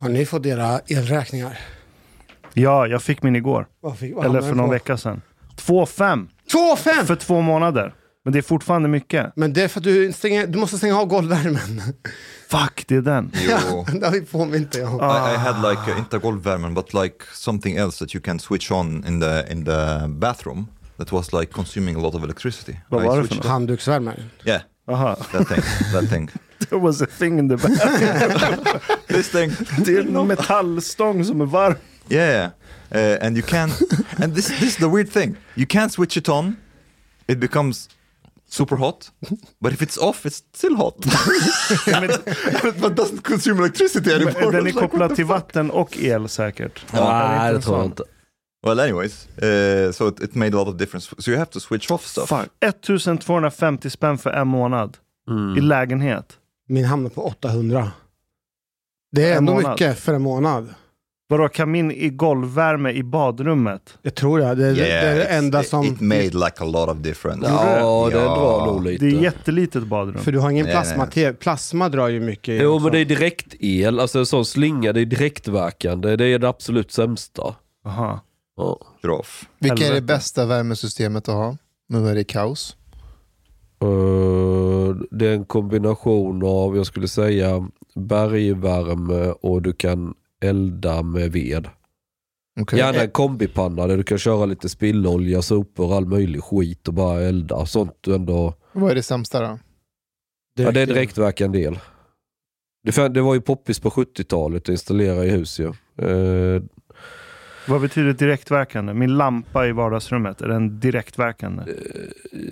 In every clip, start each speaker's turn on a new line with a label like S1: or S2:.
S1: Har ni fått era elräkningar?
S2: Ja, jag fick min igår.
S1: Vad fick- vad
S2: Eller
S1: hamnade
S2: för
S1: den
S2: någon
S1: på?
S2: vecka sedan. 2,5
S1: Två fem!
S2: för två månader. Men det är fortfarande mycket.
S1: Men det är för att du, stänger, du måste stänga av golvvärmen.
S2: Fuck, det är den.
S1: Ja,
S3: You,
S1: det har vi påmint dig om.
S3: I, I had like uh, inte golvvärmen, but like something else that you can switch on in the in the bathroom that was like consuming a lot of electricity.
S2: Vad
S3: I
S2: var det för
S3: switched-
S1: Handduksvärmare.
S3: Yeah,
S2: Aha.
S3: that thing, that thing.
S2: There was a thing in the back.
S3: This thing.
S2: Det är en metallstång som är varm.
S3: Yeah, uh, and you can, and this this is the weird thing. You can switch it on, it becomes super hot, but if it's off, it's still hot. but doesn't consume electricity anymore.
S2: Den är
S3: It's like,
S2: kopplad till vatten och el säkert.
S4: Nej,
S2: är inte
S4: det
S2: en
S4: tror jag
S2: sån.
S4: inte.
S3: well, anyways, uh, so it, it made a lot of difference. So you have to switch off stuff.
S2: Fan, 1250 spänn för en månad i
S4: Mm.
S2: lägenhet.
S1: Min hamnar på 800. Det är
S2: En
S1: ändå
S2: månad.
S1: mycket för en månad.
S2: Vadå, kamin i golvvärme i badrummet?
S1: Det tror jag. Det, det är det
S3: it's-
S1: enda
S3: it-
S1: som...
S3: It made like a lot of difference.
S4: Ja, det
S3: Ja.
S4: drar nog lite.
S2: Det är jättelitet badrum.
S1: För du har ingen
S3: Nej, nej.
S1: plasma-tv. Plasma drar ju mycket. el
S4: Jo
S1: också.
S4: men det är direktel, alltså en sån slinga, det är direktverkande. Det är det absolut sämsta.
S2: Aha.
S4: Ja.
S3: Groff.
S5: Vilka är det
S2: Helvete.
S5: bästa värmesystemet att ha? Nu är det kaos.
S4: Eh, det är en kombination av, jag skulle säga, bergvärme och du kan elda med ved.
S5: Okej.
S4: Gärna en kombipanna där du kan köra lite spillolja, sopor och all möjlig skit och bara elda. Sånt du ändå...
S5: Vad är det sämsta då?
S4: Ja, det är direktverkande el. Det, fan- det var ju poppis på 70-talet att installera i hus ju. Eh,
S2: Vad betyder direktverkande? Min lampa i vardagsrummet, är den direktverkande?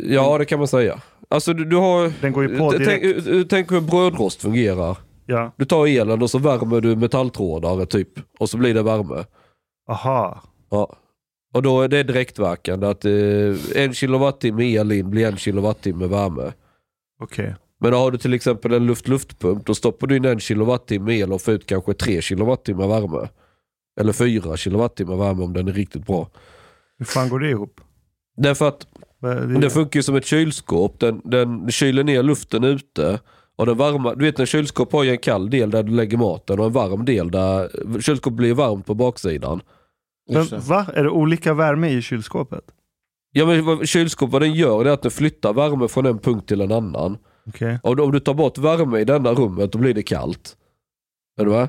S4: ja, det kan man säga. Alltså du, du har...
S2: Den går ju på
S4: Tänk,
S2: direkt.
S4: tänk hur en brödrost fungerar.
S2: Ja.
S4: Du tar elen och så värmer du metalltrådar typ. Och så blir det värme.
S2: Aha.
S4: Ja. Och då är det direktverkande. Att eh, en kilowattimme el in blir en kilowattimme värme.
S2: Okej.
S4: Men har du till exempel en luft-luftpump, då stoppar du in en kilowattimme el och får ut kanske tre kilowattimmar värme. Eller fyra kilowattimmar värme om den är riktigt bra.
S2: Hur fan går det ihop?
S4: Därför att
S2: Vad är
S4: det funkar ju som ett kylskåp. Den, den kyler ner luften ute. Och den varma, du vet en kylskåp har ju en kall del där du lägger maten och en varm del där kylskåpet blir varmt på baksidan.
S1: Just
S2: Men,
S1: det.
S2: va? Är det olika värme i kylskåpet?
S4: Ja men vad- kylskåp, vad den gör det är att den flyttar värme från en punkt till en annan.
S2: Okej.
S4: Om du, om du tar bort värme i denna rummet då blir det kallt. Är du med?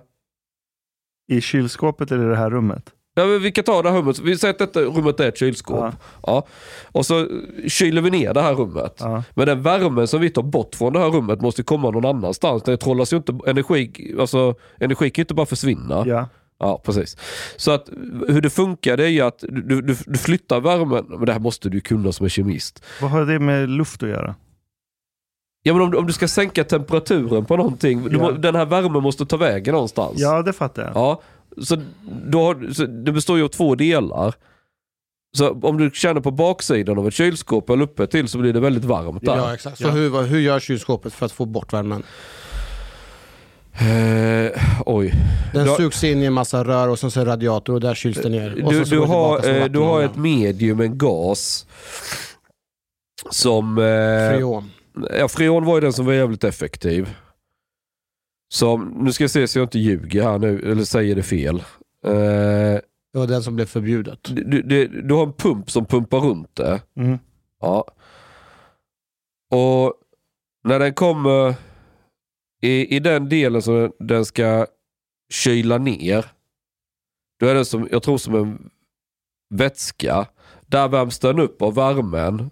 S2: I kylskåpet eller i det här rummet?
S4: Ja, men vi kan ta det här rummet. Vi säger att detta rummet är ett kylskåp.
S2: Ja.
S4: Ja. Och så kyler vi ner det här rummet.
S2: Ja.
S4: Men den värmen som vi tar bort från det här rummet måste ju komma någon annanstans. Det trollas ju inte, energi, alltså, energi kan ju inte bara försvinna.
S2: ja.
S4: Ja, precis. Så att hur det funkar det är ju att du, du, du flyttar värmen. Men det här måste du ju kunna som är kemist.
S2: Vad har det med luft att göra?
S4: Ja, men om, du- om du ska sänka temperaturen på någonting. Du,
S2: Ja.
S4: må- den här värmen måste ta vägen någonstans.
S2: Ja, det fattar jag.
S4: Ja, så, då har, så det består ju av två delar. Så om du känner på baksidan av ett kylskåp eller uppe till så blir det väldigt varmt där.
S1: Ja, exakt. Så
S2: Ja.
S1: Hur, vad- hur gör kylskåpet för att få bort värmen?
S4: Eh, oj.
S1: Den
S4: Du har-
S1: sugs in i en massa rör och sen så är det radiator och där kyls det ner. Och
S4: Du,
S1: sen så
S4: du,
S1: går det
S4: har,
S1: tillbaka som
S4: eh, du har ett
S1: vattenånga.
S4: medium, en gas. Som... Eh,
S1: Freon.
S4: ja, freon var ju den som var jävligt effektiv. Som, nu ska jag se så jag inte ljuger här nu, eller säger det fel. Eh,
S1: Det var den som blev förbjudet.
S4: du, du, du- du har en pump som pumpar runt det.
S2: Mm.
S4: Ja. Och när den kommer i, i den delen som den, den ska kyla ner. Då är den som, jag tror som en vätska. Där värms den upp av värmen.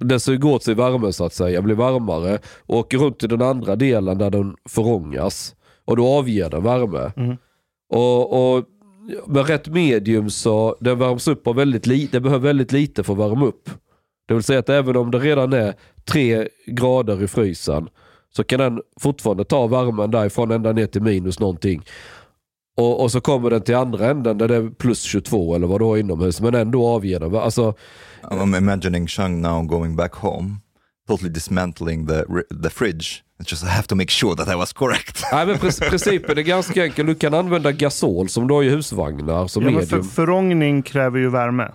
S4: Den suger åt sig värmen så att säga, blir varmare. Och åker runt till den andra delen där den förångas. Och då avger den värme.
S2: Mm.
S4: Och, och med rätt medium så den värms upp av väldigt lite, den behöver väldigt lite för att värma upp. Det vill säga att även om det redan är tre grader i frysen så kan den fortfarande ta värmen därifrån ända ner till minus någonting. Och, och så kommer den till andra änden där det är plus 22 eller vad du har inomhus, men ändå avger den. Alltså,
S3: I'm imagining Shang now going back home, totally dismantling the ri- the fridge. It's just I have to make sure that I was correct.
S4: nej, men pr- principen är ganska enkel. Du kan använda gasol som du har i husvagnar som
S2: Ja, men för,
S4: medium.
S2: förångning kräver ju värme.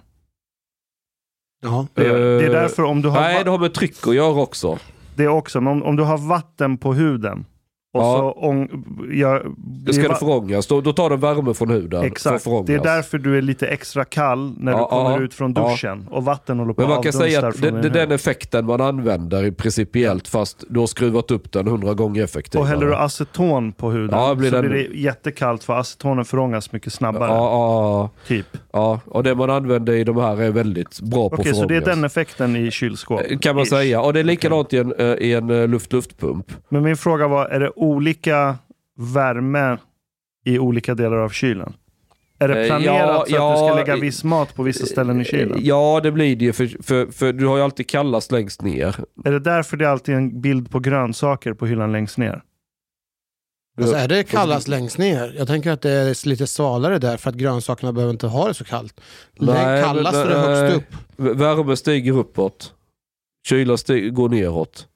S1: Ja.
S2: Det, gör det. det är
S4: Eh,
S2: därför om du har,
S4: Nej,
S2: va-
S4: det har med tryck att göra också.
S2: det är också, men om, om du har vatten på huden Och
S4: Ja.
S2: så ång... Jag,
S4: Det ska
S2: det
S4: det
S2: var-
S4: förångas. Då, då tar den värme från huden. för att
S2: Exakt.
S4: förångas.
S2: Det är därför du är lite extra kall när du
S4: alltså. Ja,
S2: kommer
S4: ja,
S2: ut från
S4: ja.
S2: duschen. Och vatten håller på
S4: Men man
S2: att
S4: kan säga
S2: avdunstar
S4: att
S2: från
S4: det,
S2: din
S4: det,
S2: hud.
S4: den effekten man använder i principiellt fast du har skruvat upp den hundra gånger effektivare.
S2: Och häller du aceton på huden
S4: Typ. Ja, blir
S2: så
S4: den-
S2: blir det jättekallt för acetonen förångas mycket
S4: Ja,
S2: snabbare.
S4: ja,
S2: Typ.
S4: ja, och det man använder i de här är väldigt bra på
S2: Okej, så det är
S4: förångas.
S2: den effekten i kylskåp?
S4: Eh, Kan man
S2: Ish.
S4: säga. Och det är likadant i en, eh, i en eh, luft-luftpump.
S2: Men min fråga var, är det olika värme i olika delar av kylen? Är
S4: Eh,
S2: det planerat
S4: ja,
S2: så att du
S4: ja,
S2: ska lägga
S4: i-
S2: viss mat på vissa ställen i kylen?
S4: Eh, Ja, det blir det ju. För, för, för du har ju alltid kallast längst ner.
S2: Är det därför det alltid är en bild på grönsaker på hyllan längst ner?
S1: Alltså, är det kallast längst ner? Jag tänker att det är lite svalare där för att grönsakerna behöver inte ha det så kallt.
S4: Nej,
S1: Nej, kallast är det högst
S4: nej.
S1: upp.
S4: V- Värme stiger uppåt. Kyla sti- går neråt.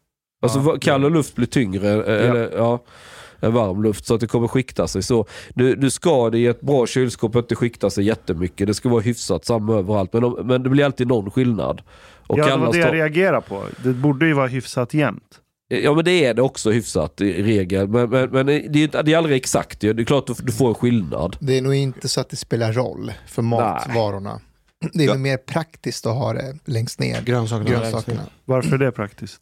S4: Alltså
S2: Ja,
S4: va- kall och luft blir tyngre eh, Eller, ja, än varm luft så att det kommer skikta sig. Så du, du ska det i ett bra kylskåp inte skikta sig jättemycket. Det ska vara hyfsat samma överallt. Men, om, men det blir alltid någon skillnad. Och
S2: ja, det var det jag
S4: tar-
S2: reagerade på. Det borde ju vara hyfsat jämnt.
S4: Ja men det är det också hyfsat i regel. Men, men, men det, är, ju inte- det är aldrig exakt. ju. Det är klart att du får en skillnad.
S5: Det är nog inte så att det spelar roll för matvarorna. Det är
S3: Ja.
S5: nog mer praktiskt att ha det längst ner.
S1: Grönsakerna. är längst ner.
S5: Grönsakerna.
S2: Varför är det praktiskt?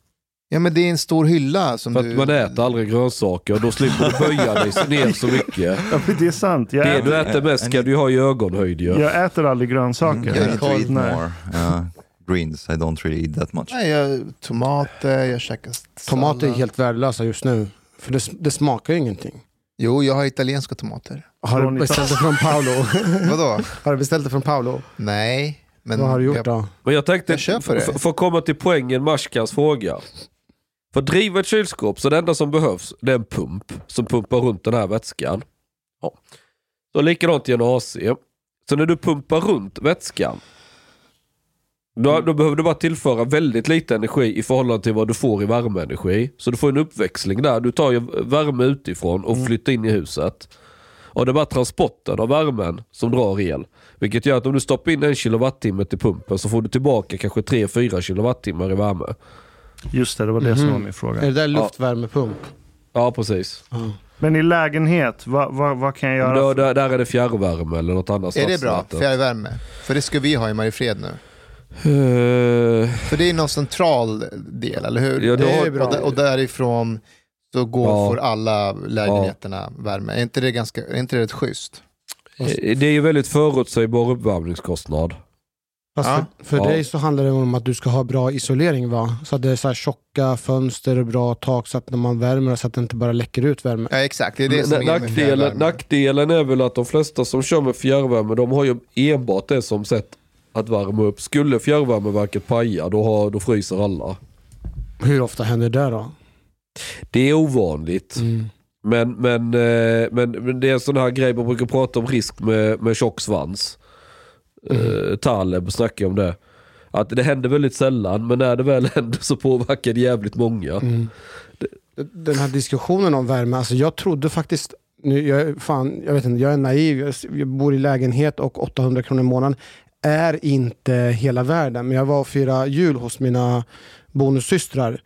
S5: Ja men det är en stor hylla som
S4: För
S5: du...
S4: att man äter aldrig grönsaker och då slipper du böja dig så- ner så mycket.
S2: Ja, men det är sant. Jag,
S4: Det
S2: äter,
S4: du äter mest ska du ju ha i ögonhöjd ju.
S2: jag äter aldrig grönsaker.
S3: I need to eat
S2: Nej.
S3: more uh, greens. I don't really eat that much.
S5: Nej, jag, tomater, jag käkar sallad.
S1: Tomater är helt värdelösa just nu. För det, det smakar ju ingenting.
S5: Jo, jag har italienska tomater.
S1: Har
S2: Från
S1: du beställt det från Paolo?
S5: Vadå?
S1: har du beställt det från Paolo?
S5: Nej. Men
S1: Vad har du gjort
S5: jag,
S1: då?
S4: Men jag tänkte,
S5: Jag köper det.
S4: f- för att komma till poängen Mashkans fråga. För att driva ett kylskåp så det enda som behövs det är en pump som pumpar runt den här vätskan. Ja. Så likadant i en AC. Så när du pumpar runt vätskan då, då behöver du bara tillföra väldigt lite energi i förhållande till vad du får i värmeenergi. Så du får en uppväxling där. Du tar ju värme utifrån och flyttar in i huset. Och det är bara transporten av värmen som drar el. Vilket gör att om du stoppar in en kilowattimme till pumpen så får du tillbaka kanske 3-4 kilowattimmar i värme.
S2: Just det, det var det som var min fråga.
S1: Är det där luftvärmepump?
S4: Ja, precis.
S2: Men i lägenhet, vad, vad, vad kan jag göra?
S4: Då, där, där är det fjärrvärme eller något annat
S5: är det bra?
S4: stadsnät.
S5: Fjärrvärme? För det ska vi ha i Mariefred nu.
S4: Eh,
S5: För det är någon central del, eller hur?
S4: Ja, det Det är
S1: bra.
S5: Och, där- och därifrån så går,
S4: Ja.
S5: får alla lägenheterna värme. Är inte det, ganska, är inte det rätt schysst?
S4: eh, det är ju väldigt förutsägbar uppvärmningskostnad.
S1: Fast
S5: Ja.
S1: för, för
S4: Ja.
S1: dig så handlar det om att du ska ha bra isolering va? Så att det är så här tjocka fönster och bra tak så att när man värmer så att det inte bara läcker ut värme.
S5: Ja, exakt. Det är det som är
S4: Men
S5: med
S4: nackdelen,
S5: fjärrvärme.
S4: nackdelen är väl att de flesta som kör med fjärrvärme de har ju enbart det som sätt att värma upp. Skulle fjärrvärmeverket paja då, har, då fryser alla.
S1: Hur ofta händer det då?
S4: Det är ovanligt. Men, men, eh, men, men det är en sån här grej man brukar prata om risk med, med tjock svans.
S2: Mm.
S4: Eh, Taleb snackar ju om det. Att det händer väldigt sällan men när det väl händer så påverkar det jävligt många.
S2: Mm.
S1: Den här diskussionen om värme, alltså jag trodde faktiskt, nu, jag, är fan, jag vet inte, jag är naiv, jag, jag bor i lägenhet och 800 kronor i månaden är inte hela världen. Men jag var och firade jul hos mina bonussystrar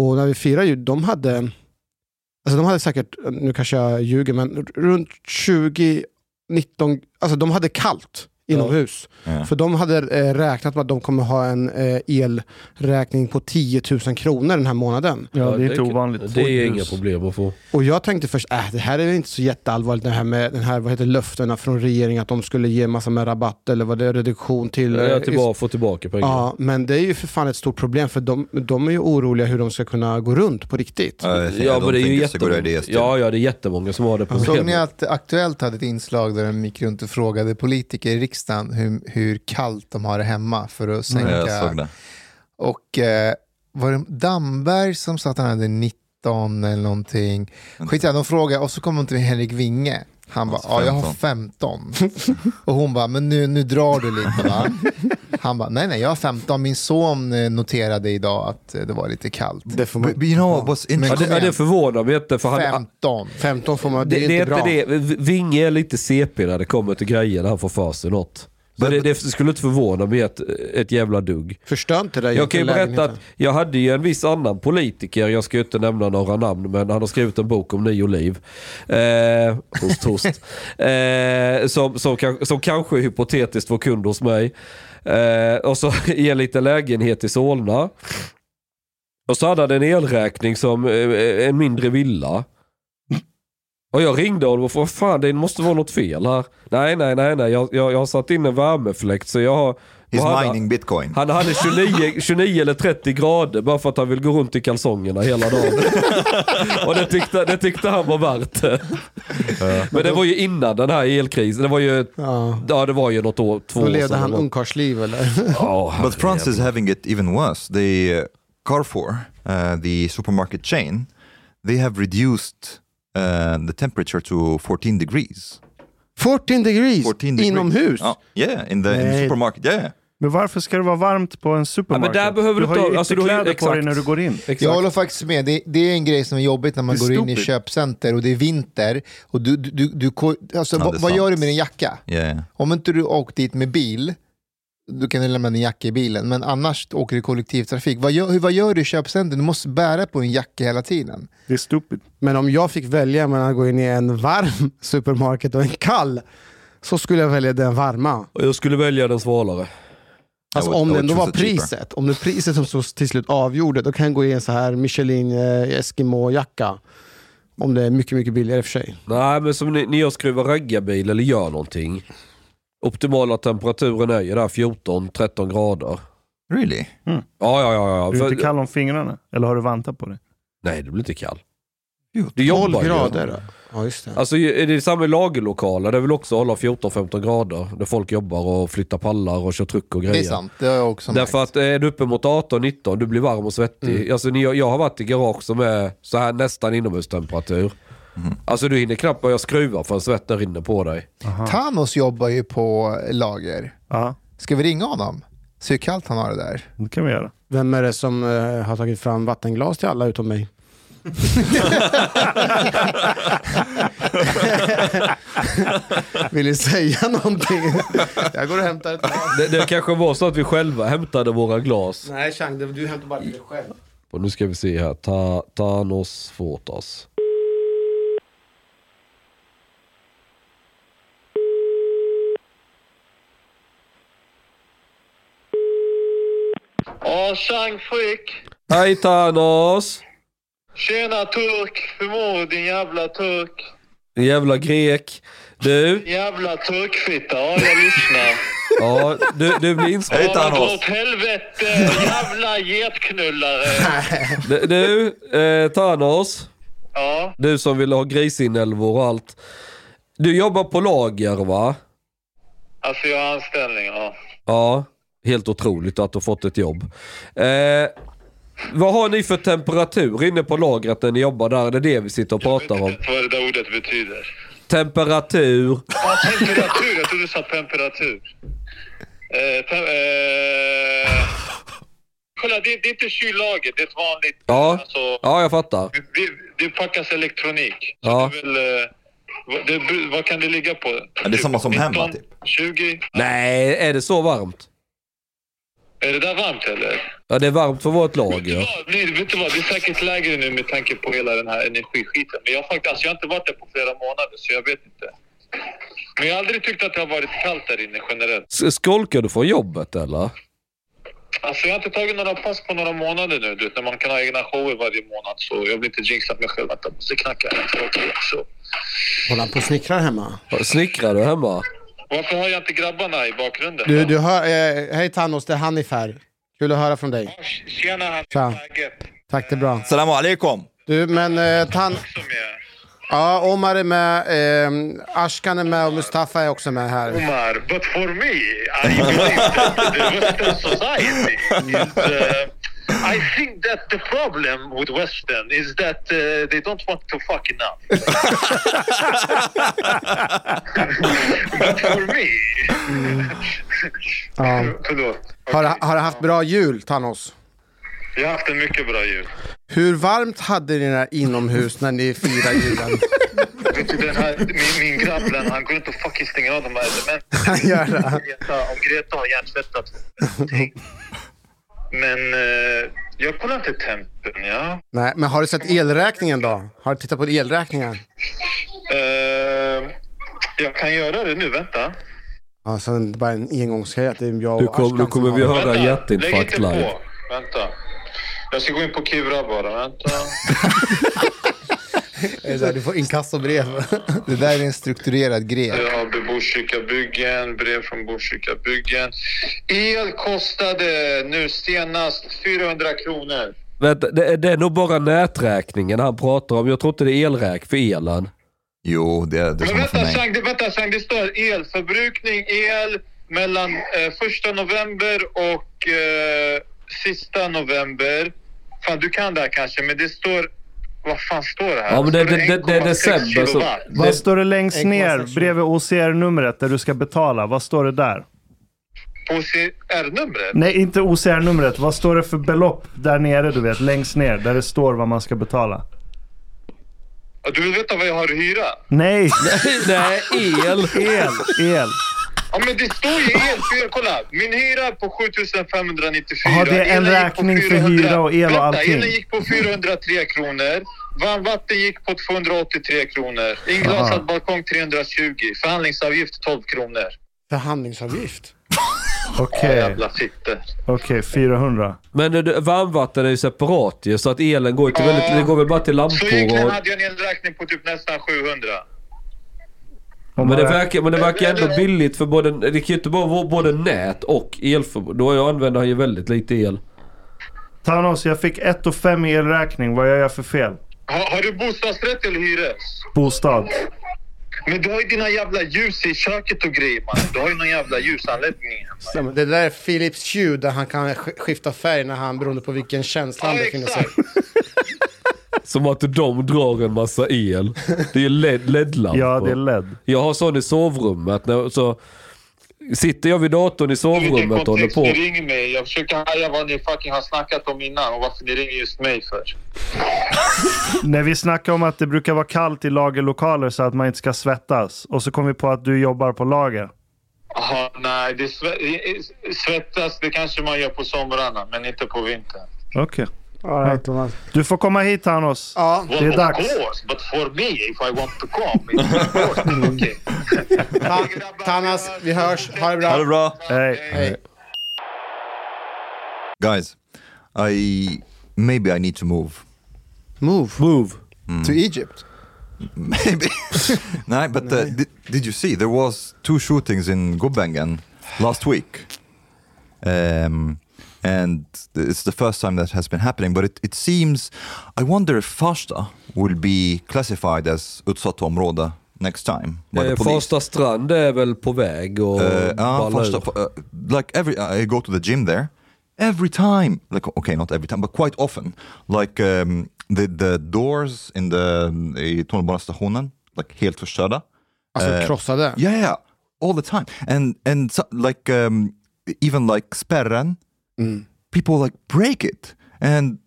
S1: och när vi firade jul, de hade, alltså de hade säkert, nu kanske jag ljuger, men runt 20, 19, alltså de hade kallt inomhus.
S3: Yeah.
S1: För de hade eh, räknat med att de kommer ha en eh, elräkning på 10 000 kronor den här månaden.
S2: Ja, det är inte
S4: kan-
S2: ovanligt.
S4: Det är inga
S2: Hus.
S4: problem att få.
S1: Och jag tänkte först, äh, det här är väl inte så jätteallvarligt, det här med den här, vad heter det, löftena från regeringen att de skulle ge massa med rabatt eller vad det är, reduktion till... eh,
S4: Jag tillbaka, få tillbaka pengar.
S1: Ja, men det är ju för fan ett stort problem för de, de är ju oroliga hur de ska kunna gå runt på riktigt.
S3: Uh, I think, ja, I don't think it's a good
S4: jättemånga-
S3: idea still.
S4: ja, ja, det är jättemånga som har det
S5: Såg Alltså, ni
S4: problemet.
S5: att Aktuellt hade ett inslag där de gick runt och frågade politiker i riksdagen hur, hur kallt de har det hemma för att
S3: Mm. Ja,
S5: sänka.
S3: jag såg det.
S5: Och eh, var det Damberg som sa att han hade 19 eller någonting? Skitsamma, de frågade och så kom de till Henrik Winge. Han bara,
S3: Alltså
S5: ja jag har 15. och hon bara, men nu, nu drar du lite va? Han bara, nej nej jag har 15. Min son eh, noterade idag att eh, det var lite kallt.
S1: Det får
S3: But,
S1: man,
S3: but you know what was
S4: Ja,
S3: interesting?
S4: det, ja, det förvånar mig inte. För han,
S5: 15.
S1: 15 får man,
S4: det, det är inte
S1: bra.
S4: det. Vinge är lite CP när det kommer till grejer när han får för sig något. Men
S3: But-
S4: det, det skulle inte förvåna mig ett, ett jävla dugg.
S1: Förstör inte det där
S4: Jag kan ju
S1: lägenheten.
S4: berätta att jag hade ju en viss annan politiker, jag ska ju inte nämna några namn, men han har skrivit en bok om nio liv. Eh, hos Tost. eh, som, som, kan- som kanske hypotetiskt var kund hos mig. Eh, och så i en liten lägenhet i Solna. Och så hade han en elräkning som eh, en mindre villa. Och jag ringde honom och frågade, fan det måste vara något fel här. Nej, nej, nej, nej. Jag, jag, jag har satt in en värmefläkt så jag har... vad
S3: He's
S4: hade han?
S3: mining bitcoin.
S4: Han hade 29, 29 eller 30 grader bara för att han vill gå runt i kalsongerna hela dagen. och det tyckte, det tyckte han var värt det. Men det var ju innan den här elkrisen. Det var ju,
S1: Ja.
S4: ja, det var ju något år, två
S1: Då
S4: år
S1: levde
S4: sedan
S1: han
S4: det var.
S1: ungkarlsliv eller?
S4: Ja, herre
S3: But France is having it even worse. The uh, Carrefour, uh, the supermarket chain, they have reduced uh, the temperature to 14 degrees.
S1: 14 degrees
S3: 14 degrees.
S1: inomhus.
S3: Ja, yeah, in the, in the
S1: Nej.
S3: supermarket. Yeah.
S2: Men varför ska det vara varmt på en supermarket?
S4: där behöver
S2: du
S4: du
S2: har
S4: ta-
S2: ju
S4: alltså, du har ju-
S2: ytterkläder på dig
S4: exakt.
S2: när du går in.
S4: jävlar.
S5: Jag
S4: Exakt.
S5: håller faktiskt med. Det, det är en grej som är jobbigt när man
S2: Det är
S5: går in i
S2: stupid.
S5: köpcenter och det är vinter. Och du, du, du, du, ko- alltså,
S3: Ja,
S5: vad-
S3: det är
S5: vad gör
S3: sant.
S5: du med din jacka?
S3: Yeah.
S5: Om inte du åkt dit med bil, då kan du lämna din jacka i bilen. Men annars åker du kollektivtrafik. Vad gör, hur, vad gör du i köpcenter? Du måste bära på en jacka hela tiden.
S2: Det är stupid.
S1: Men om jag fick välja mellan att gå in i en varm supermarket och en kall så skulle jag välja den varma.
S4: Och Jag skulle välja den svalare.
S1: Alltså
S3: would-
S1: om
S3: I
S1: det
S3: would
S1: ändå
S3: choose
S1: var
S3: the cheaper.
S1: priset. Om det är priset som så till slut avgjorde, då kan jag gå i en så här Michelin eh, Eskimo-jacka. Om det är mycket, mycket billigare i och för sig.
S4: Nej, men som ni, när jag skruvar raggarbil eller gör någonting. Optimala temperaturen är ju där 14-13 grader.
S3: Really?
S4: Ja, ja, ja. ja.
S2: Du är
S4: För-
S2: inte kall om fingrarna? Eller har du vantar på dig?
S4: Nej, det blir inte kall.
S3: Jo,
S4: Du
S1: 12
S4: jobbar ju.
S1: grader. Ja, just det.
S4: Alltså är det samma i lagerlokaler där vill också hålla 14-15 grader. Där folk jobbar och flyttar pallar och kör truck och grejer.
S5: Det är sant, det har jag också
S4: Därför
S5: märkt.
S4: att eh, är du uppe mot 18-19, du blir varm och svettig.
S5: Mm.
S4: Alltså, ni- jag, jag har varit i garage som är så här nästan inomhustemperatur.
S5: Mm.
S4: Alltså du hinner knappt börja skruva förrän svetten rinner på dig.
S5: Thanos jobbar ju på lager.
S2: Ja,
S5: Ska vi ringa honom? Se hur kallt han har det där.
S2: det kan vi göra.
S1: Vem är det som eh, har tagit fram vattenglas till alla utom mig? Vill ni säga någonting? Jag går och hämtar ett glas.
S4: Det, det kanske var så att vi själva hämtade våra glas.
S1: Nej Chang, det- du hämtar bara till dig själv.
S4: Och nu ska vi se här. Ta, Thanos Fotas.
S6: Ja, Chang Frick.
S4: Hej Thanos!
S6: Tjena turk. Hur mår du din jävla turk?
S4: Din jävla grek. Du,
S6: Jävla turkfitta. Ja, jag lyssnar.
S4: ja, du, du blir inspelad.
S3: Hej
S6: Ja, dra
S3: Thanos!
S6: åt helvete. Jävla getknullare.
S4: Du, du eh, Thanos.
S6: Ja,
S4: Du som ville ha grisinälvor och allt. Du jobbar på lager va?
S6: alltså jag har anställning. Ja.
S4: Ja, helt otroligt att du har fått ett jobb. Eh, vad har ni för temperatur inne på lagret när ni jobbar där? Det är det vi sitter och pratar om.
S6: Vad det där ordet betyder.
S4: Temperatur.
S6: Ja, temperatur. Jag trodde du sa temperatur. Eh, tem- eh... Kolla, det, det är inte kyllager. Det är ett vanligt...
S4: Ja.
S6: Alltså,
S4: Ja, jag fattar.
S6: det, det packas elektronik. Så
S4: Ja.
S6: det är väl, eh, vad- det, bru- vad kan det ligga på?
S3: det är samma som hemma,
S6: 19,
S3: typ.
S6: 20?
S4: Nej, är det så varmt?
S6: Är det där varmt eller?
S4: Ja, det är varmt för vårt
S6: Ja.
S4: lager.
S6: Nej, vet du vad? Det är säkert lägre nu med tanke på hela den här energiskiten. Men jag har, faktiskt, alltså, jag har inte varit där på flera månader så jag vet inte. Men jag har aldrig tyckt att det har varit kallt där inne generellt.
S4: S- Skolkar du från jobbet eller?
S6: Alltså jag har inte tagit några pass på några månader nu. Du vet, när man kan ha egna shower varje månad så jag vill inte jinxa mig själv att jag måste knacka en tråkig också.
S1: Håller han på och snickrar hemma?
S4: Snickrar du hemma?
S6: Varför har jag inte grabbarna i bakgrunden?
S1: Du, du hör, eh, hej Thanos, det är Hanif här. Kul att höra från dig.
S6: Tjena han,
S1: Tja. Tack, det är bra.
S3: Salam alaikum!
S1: Du, men eh, Tan...
S6: Som jag.
S1: Ja, Omar är med, eh, Ashkan är med och Mustafa är också med här.
S6: Omar, but for me, I believe that the Western society is. Uh, I think that the problem with Western is that uh, they don't want to fuck enough. but for me.
S1: Ja.
S6: Förlåt.
S1: Har, har du haft bra jul, Thanos?
S6: Jag har haft en mycket bra jul.
S1: Hur varmt hade ni det inomhus när ni firade julen?
S6: Vet du, den här, min, min grabb, den, han går inte och fucking stänger av de här elementen.
S1: Han gör det.
S6: Greta, om Greta har hjärntvättat någonting. Men eh, jag kollar inte tempen, ja.
S1: Nej, men har du sett elräkningen då? Har du tittat på elräkningen?
S6: Eh, jag kan göra det nu, vänta.
S1: Alltså, det är bara en engångsgrej att det är jag och
S4: Du kom,
S1: Ashkan
S4: nu
S1: som
S4: kommer
S1: har
S4: vi
S1: det.
S4: höra
S6: Vänta, lägg
S4: hjärtinfarkt
S6: inte
S4: live.
S6: på. Vänta. Jag ska gå in på Kivra bara, vänta.
S1: Det är så här, Du får inkassobrev.
S5: Det där är en strukturerad grej.
S6: Jag har Botkyrka byggen, brev från Botkyrka byggen. El kostade nu senast 400 kronor.
S4: Vänta, det, är- det är nog bara näträkningen han pratar om. Jag tror inte det är elräk för elen.
S3: Jo, det är det
S6: Men
S3: samma för
S6: vänta
S3: mig.
S6: Chang, det, vänta, Chang, det står elförbrukning, el mellan eh, första november och eh, sista november. Fan, du kan det här kanske, men det står... Vad fan står det här?
S4: Ja, men det-
S6: Står
S4: det- det- det är
S6: 1,6
S4: december, alltså. så-
S6: kilowatt?
S2: Vad står det längst
S1: 1,6.
S2: ner bredvid OCR-numret där du ska betala? Vad står det där?
S6: På CR-numret?
S2: Nej, inte OCR-numret. Vad står det för belopp där nere, du vet? Längst ner, där det står vad man ska betala.
S6: Ja, Du vill veta vad jag har att hyra?
S2: Nej,
S4: Nej, el.
S2: el, el.
S6: Ja, men det står ju el. Fyra, kolla, min hyra på 7594.
S2: Ja, det är en
S6: Elen gick på
S2: räkning för hyra och el och
S6: Vänta,
S2: allting.
S6: Elen gick på 403 kronor. Varmvatten gick på 283 kronor.
S2: Aha.
S6: Inglasad balkong 320. Förhandlingsavgift 12 kronor.
S1: Förhandlingsavgift.
S2: Okej,
S6: Jävla fitte.
S2: okej. 400.
S4: Men det- det, varmvatten är ju separat ju, så att elen går ju till väldigt...
S6: Ja.
S4: Det går väl bara till
S6: Så
S4: lampor
S6: egentligen
S4: och...
S6: hade jag en elräkning på typ nästan 700.
S2: Om
S4: Men det,
S2: man-
S4: verkar, men det verkar ändå billigt för både... Det kan ju inte bara vara både nät och elförbrukning. Då jag använder han ju väldigt lite el.
S2: Thanos, jag fick 1 och 5 i elräkning. Vad gör jag för fel?
S6: Har, har du bostadsrätt eller hyres?
S2: Bostad.
S6: Men du har ju dina jävla ljus i köket och grejer man. Du har ju någon jävla ljusanläggning.
S1: Stämmer. Det där är Philips Hue där han kan sk- skifta färg när han, beroende på vilken känsla han
S6: Ja,
S1: befinner sig
S6: exakt.
S4: Som att de drar en massa el. Det är ju LED, LED-lampor.
S2: Ja, det är LED.
S4: Jag har sån i sovrummet. När, så sitter jag vid datorn i
S6: Vilken
S4: sovrummet och håller
S6: kontext
S4: på.
S6: ni ringer mig. Jag försöker härja vad ni fucking har snackat om innan och varför ni ringer just mig för.
S2: När vi snackade om att det brukar vara kallt i lagerlokaler så att man inte ska svettas. Och så kom vi på att du jobbar på lager.
S6: Aha, nej, det sve- i- i- svettas det kanske man gör på somrarna, men inte på vintern.
S2: Okej.
S1: i.
S2: Du får komma hit Thanos.
S1: Ja,
S6: Well,
S2: Det är
S6: of
S2: dags.
S6: course, but for me if I want to come. it's of course, okay.
S1: ta- Tanas, vi hörs. Ha det
S3: Ha det
S1: bra.
S3: bra!
S6: Eh,
S2: Hej.
S1: Hej.
S3: Guys, I... Maybe I need to move.
S1: Move. Move.
S3: Mm.
S5: To Egypt.
S3: Maybe. Nej, but uh, did, did you see? There was two shootings in Gulbengen last week. Um, and it's the first time that has been happening, but it, it seems... I wonder if Farsta will be classified as utsatt område next time by the
S4: Eh,
S3: police.
S4: Farsta strand är väl på väg och
S5: Eh,
S3: Uh, ah,
S4: ballar
S3: Farsta,
S4: ur.
S3: Fa- uh, like every I go to the gym there every time like okay not every time but quite often like um, the the doors in the i tunnelbanestationen like helt förstörda Eh,
S1: Alltså krossade.
S3: yeah yeah all the time and and so, like um, even like spärren
S1: Mm.
S3: people like break it and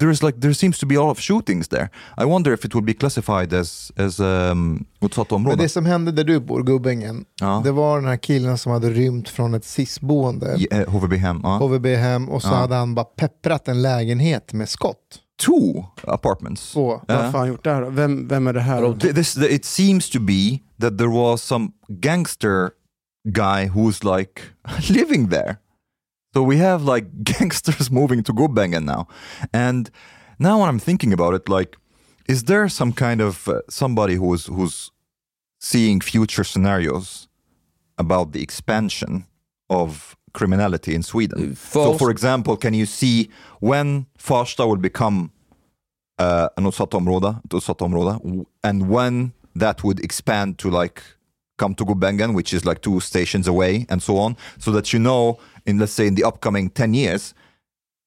S3: there's like there seems to be a lot of shootings there I wonder if it will be classified as as um, Ah. utsatt
S5: Men
S3: område
S5: det som hände där du bor, Gubbängen,
S3: Ja.
S5: det var den här killen som hade rymt från ett SIS-boende,
S3: yeah, ah. HVB-hem ja.
S5: HVB-hem, och så hade han bara pepprat en lägenhet med skott.
S3: two apartments
S5: Så.
S1: Vad fan har han gjort där då? Vem, vem är det här? då?
S3: Th- this th- it seems to be that there was some gangster guy who's like living there so we have like gangsters moving to Gobengen now and now when i'm thinking about it like is there some kind of uh, somebody who's who's seeing future scenarios about the expansion of criminality in sweden so
S4: Fast-
S3: for example can you see when farsta will become uh, an utsatt område, ett utsatt område, w- and when that would expand to like come to Gubengen, which is like two stations away, and so on, so that you know, in let's say in the upcoming 10 years,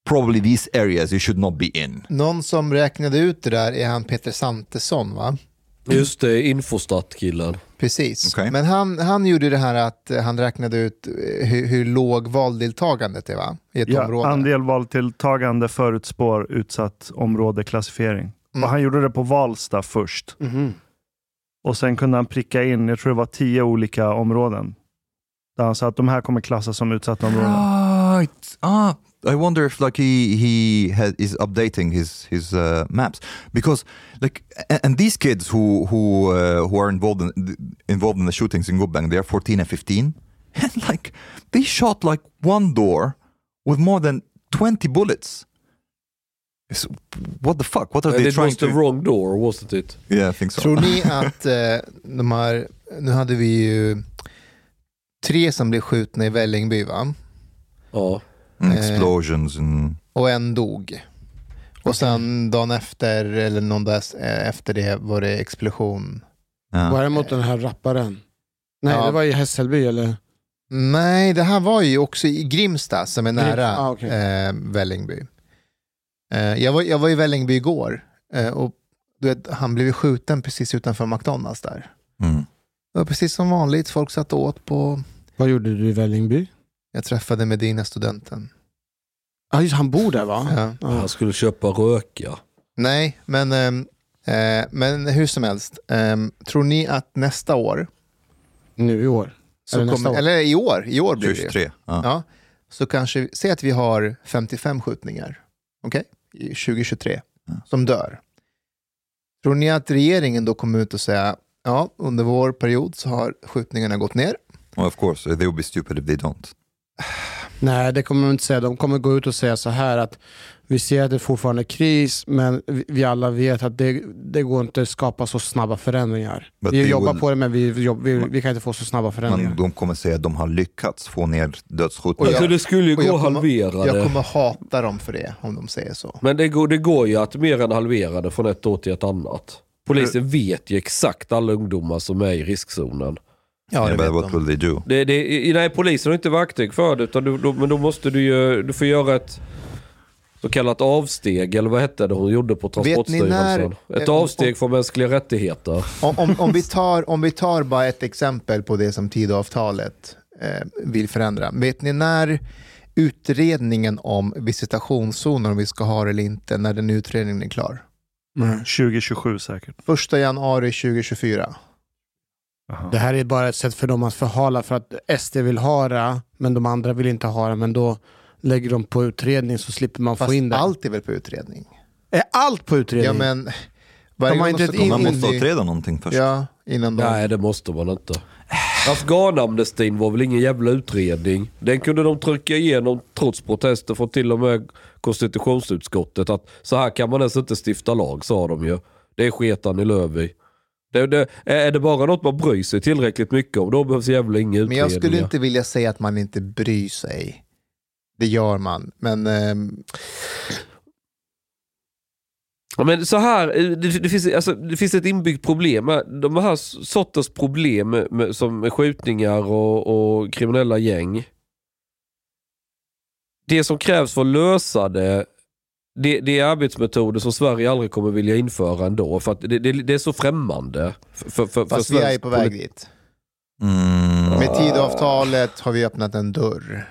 S3: probably these areas you should not be in.
S5: Någon som räknade ut det där är han Peter Santesson va?
S4: Just det, Infostat-killen.
S5: Precis.
S3: Okej.
S5: Men han, han gjorde det här att eh, han räknade ut eh, hur, hur låg valdeltagandet är va? i ett
S2: Ja,
S5: område.
S2: andel valtilltagande förutspår utsatt område klassificering.
S5: Mm.
S2: Och han gjorde det på Valsta först.
S1: Mhm.
S2: Och sen kunde han pricka in, jag tror det var tio olika områden. Där han sa att de här kommer klassas som utsatta områden.
S3: Right. Ah, I wonder if like he he has, is updating his his uh, maps because like and, and these kids who who uh, who are involved in involved in the shootings in Gubang, they are 14 and 15, and like they shot like one door with more than 20 bullets. It's- what the fuck? What are they
S4: It
S3: trying
S4: was the
S3: to?
S4: Eh, wrong door, wasn't it?
S3: Yeah, I think so.
S5: Tror ni att eh, de här, nu hade vi ju tre som blev skjutna i Vällingby va?
S4: Ja.
S3: Mm,
S4: uh,
S5: eh,
S3: explosions and
S5: Och en dog. Och sen dagen efter, eller någon dag s- eh, efter det var det explosion.
S3: yeah.
S1: Var det mot den här rapparen? Nej,
S5: Ja.
S1: det var i Hässelby eller?
S5: Nej, det här var ju också i Grimsta som är nära
S1: ah, okej.
S5: eh, Vällingby. Eh, jag, var, jag var i Vällingby igår eh, och du vet, han blev ju skjuten precis utanför McDonalds där.
S3: Mm.
S5: Det var precis som vanligt, folk satt och åt på...
S1: Vad gjorde du i Vällingby?
S5: Jag träffade Medina-studenten.
S1: Ah, just, han bor där va?
S5: Ja.
S1: Ja.
S4: Han skulle köpa röka.
S5: Nej, men, ehm, eh, men hur som helst. ehm, tror ni att nästa år,
S1: Nu i år.
S5: så
S1: Eller nästa
S5: kommer,
S1: år.
S5: eller i år, i år blir det ju.
S3: 23.
S4: Uh,
S3: Ah.
S5: ja, så kanske, vi- säg att vi har 55 skjutningar okej, i 2023
S3: Ja.
S5: som dör. Tror ni att regeringen då kommer ut och säga ja, under vår period så har skjutningarna gått ner?
S3: Well, of course, they would be stupid if they don't.
S1: Nej, det kommer de inte säga. De kommer gå ut och säga så här att vi ser att det fortfarande är kris, men vi- vi alla vet att det, det går inte att skapa så snabba förändringar.
S3: But
S1: vi
S3: they
S1: jobbar
S3: will-
S1: på det, men vi, jobb, vi, vi kan inte få så snabba förändringar.
S3: Men de kommer säga att de har lyckats få ner dödsskjutningar.
S4: Alltså det skulle ju
S5: och jag
S4: gå att
S5: kommer-
S4: halvera
S5: Jag
S4: det.
S5: kommer hata dem för det om de säger så.
S4: Men det går, det går ju att mer än halvera det från ett år till ett annat.
S5: Eh.
S4: Polisen vet ju exakt alla ungdomar som är i riskzonen.
S5: Ja, det
S3: Yeah, but
S5: vet
S3: what
S5: de.
S3: will they do?
S4: Det, det, nej, polisen har inte verktyg för det, utan du, då, men då måste du ju du får göra ett så kallat avsteg, eller vad hette det hon gjorde på
S5: ni
S4: Transportstyrelsen?
S5: när-
S4: Ett avsteg från mänskliga rättigheter.
S5: Om, om, om, vi tar, om vi tar bara ett exempel på det som Tidöavtalet eh, vill förändra. Vet ni när utredningen om visitationszoner, om vi ska ha det eller inte, när den utredningen är klar?
S2: 2027 säkert.
S5: 1 januari 2024.
S2: Jaha.
S1: Det här är bara ett sätt för dem att förhala för att SD vill ha det, men de andra vill inte ha det. Men då lägger de på utredning så slipper man
S5: Fast
S1: få in det.
S5: allt är väl på utredning?
S1: Är allt på utredning?
S5: Ja, men... Varje
S1: De har
S5: gång
S1: inte
S5: ska
S1: ett
S5: komma
S1: in-
S3: Man
S5: med
S3: måste
S5: en ny-
S3: utreda någonting först.
S5: Ja, innan de...
S4: Nej, det måste man inte. Afghanamnestin var väl ingen jävla utredning. Den kunde de trycka igenom trots protester från till och med konstitutionsutskottet. Att så här kan man ens inte stifta lag, sa de ju. Det är sketan i löv i. Det, det, är det bara något man bryr sig tillräckligt mycket om, då behövs jävla inga
S5: Men
S4: utredningar.
S5: jag skulle inte vilja säga att man inte bryr sig. Det gör man, men... ehm,
S4: Ja, men så här, eh, det, det, finns, alltså, det finns ett inbyggt problem. här. De här sorters problem med, med, som med skjutningar och, och kriminella gäng. Det som krävs för att lösa det, det, det är arbetsmetoder som Sverige aldrig kommer vilja införa ändå. För att det, det, det är så främmande. För, för, för
S5: fast vi
S4: svensk
S5: är på väg
S4: polit-
S5: dit.
S3: Mm.
S5: Med Tidöavtalet har vi öppnat en dörr.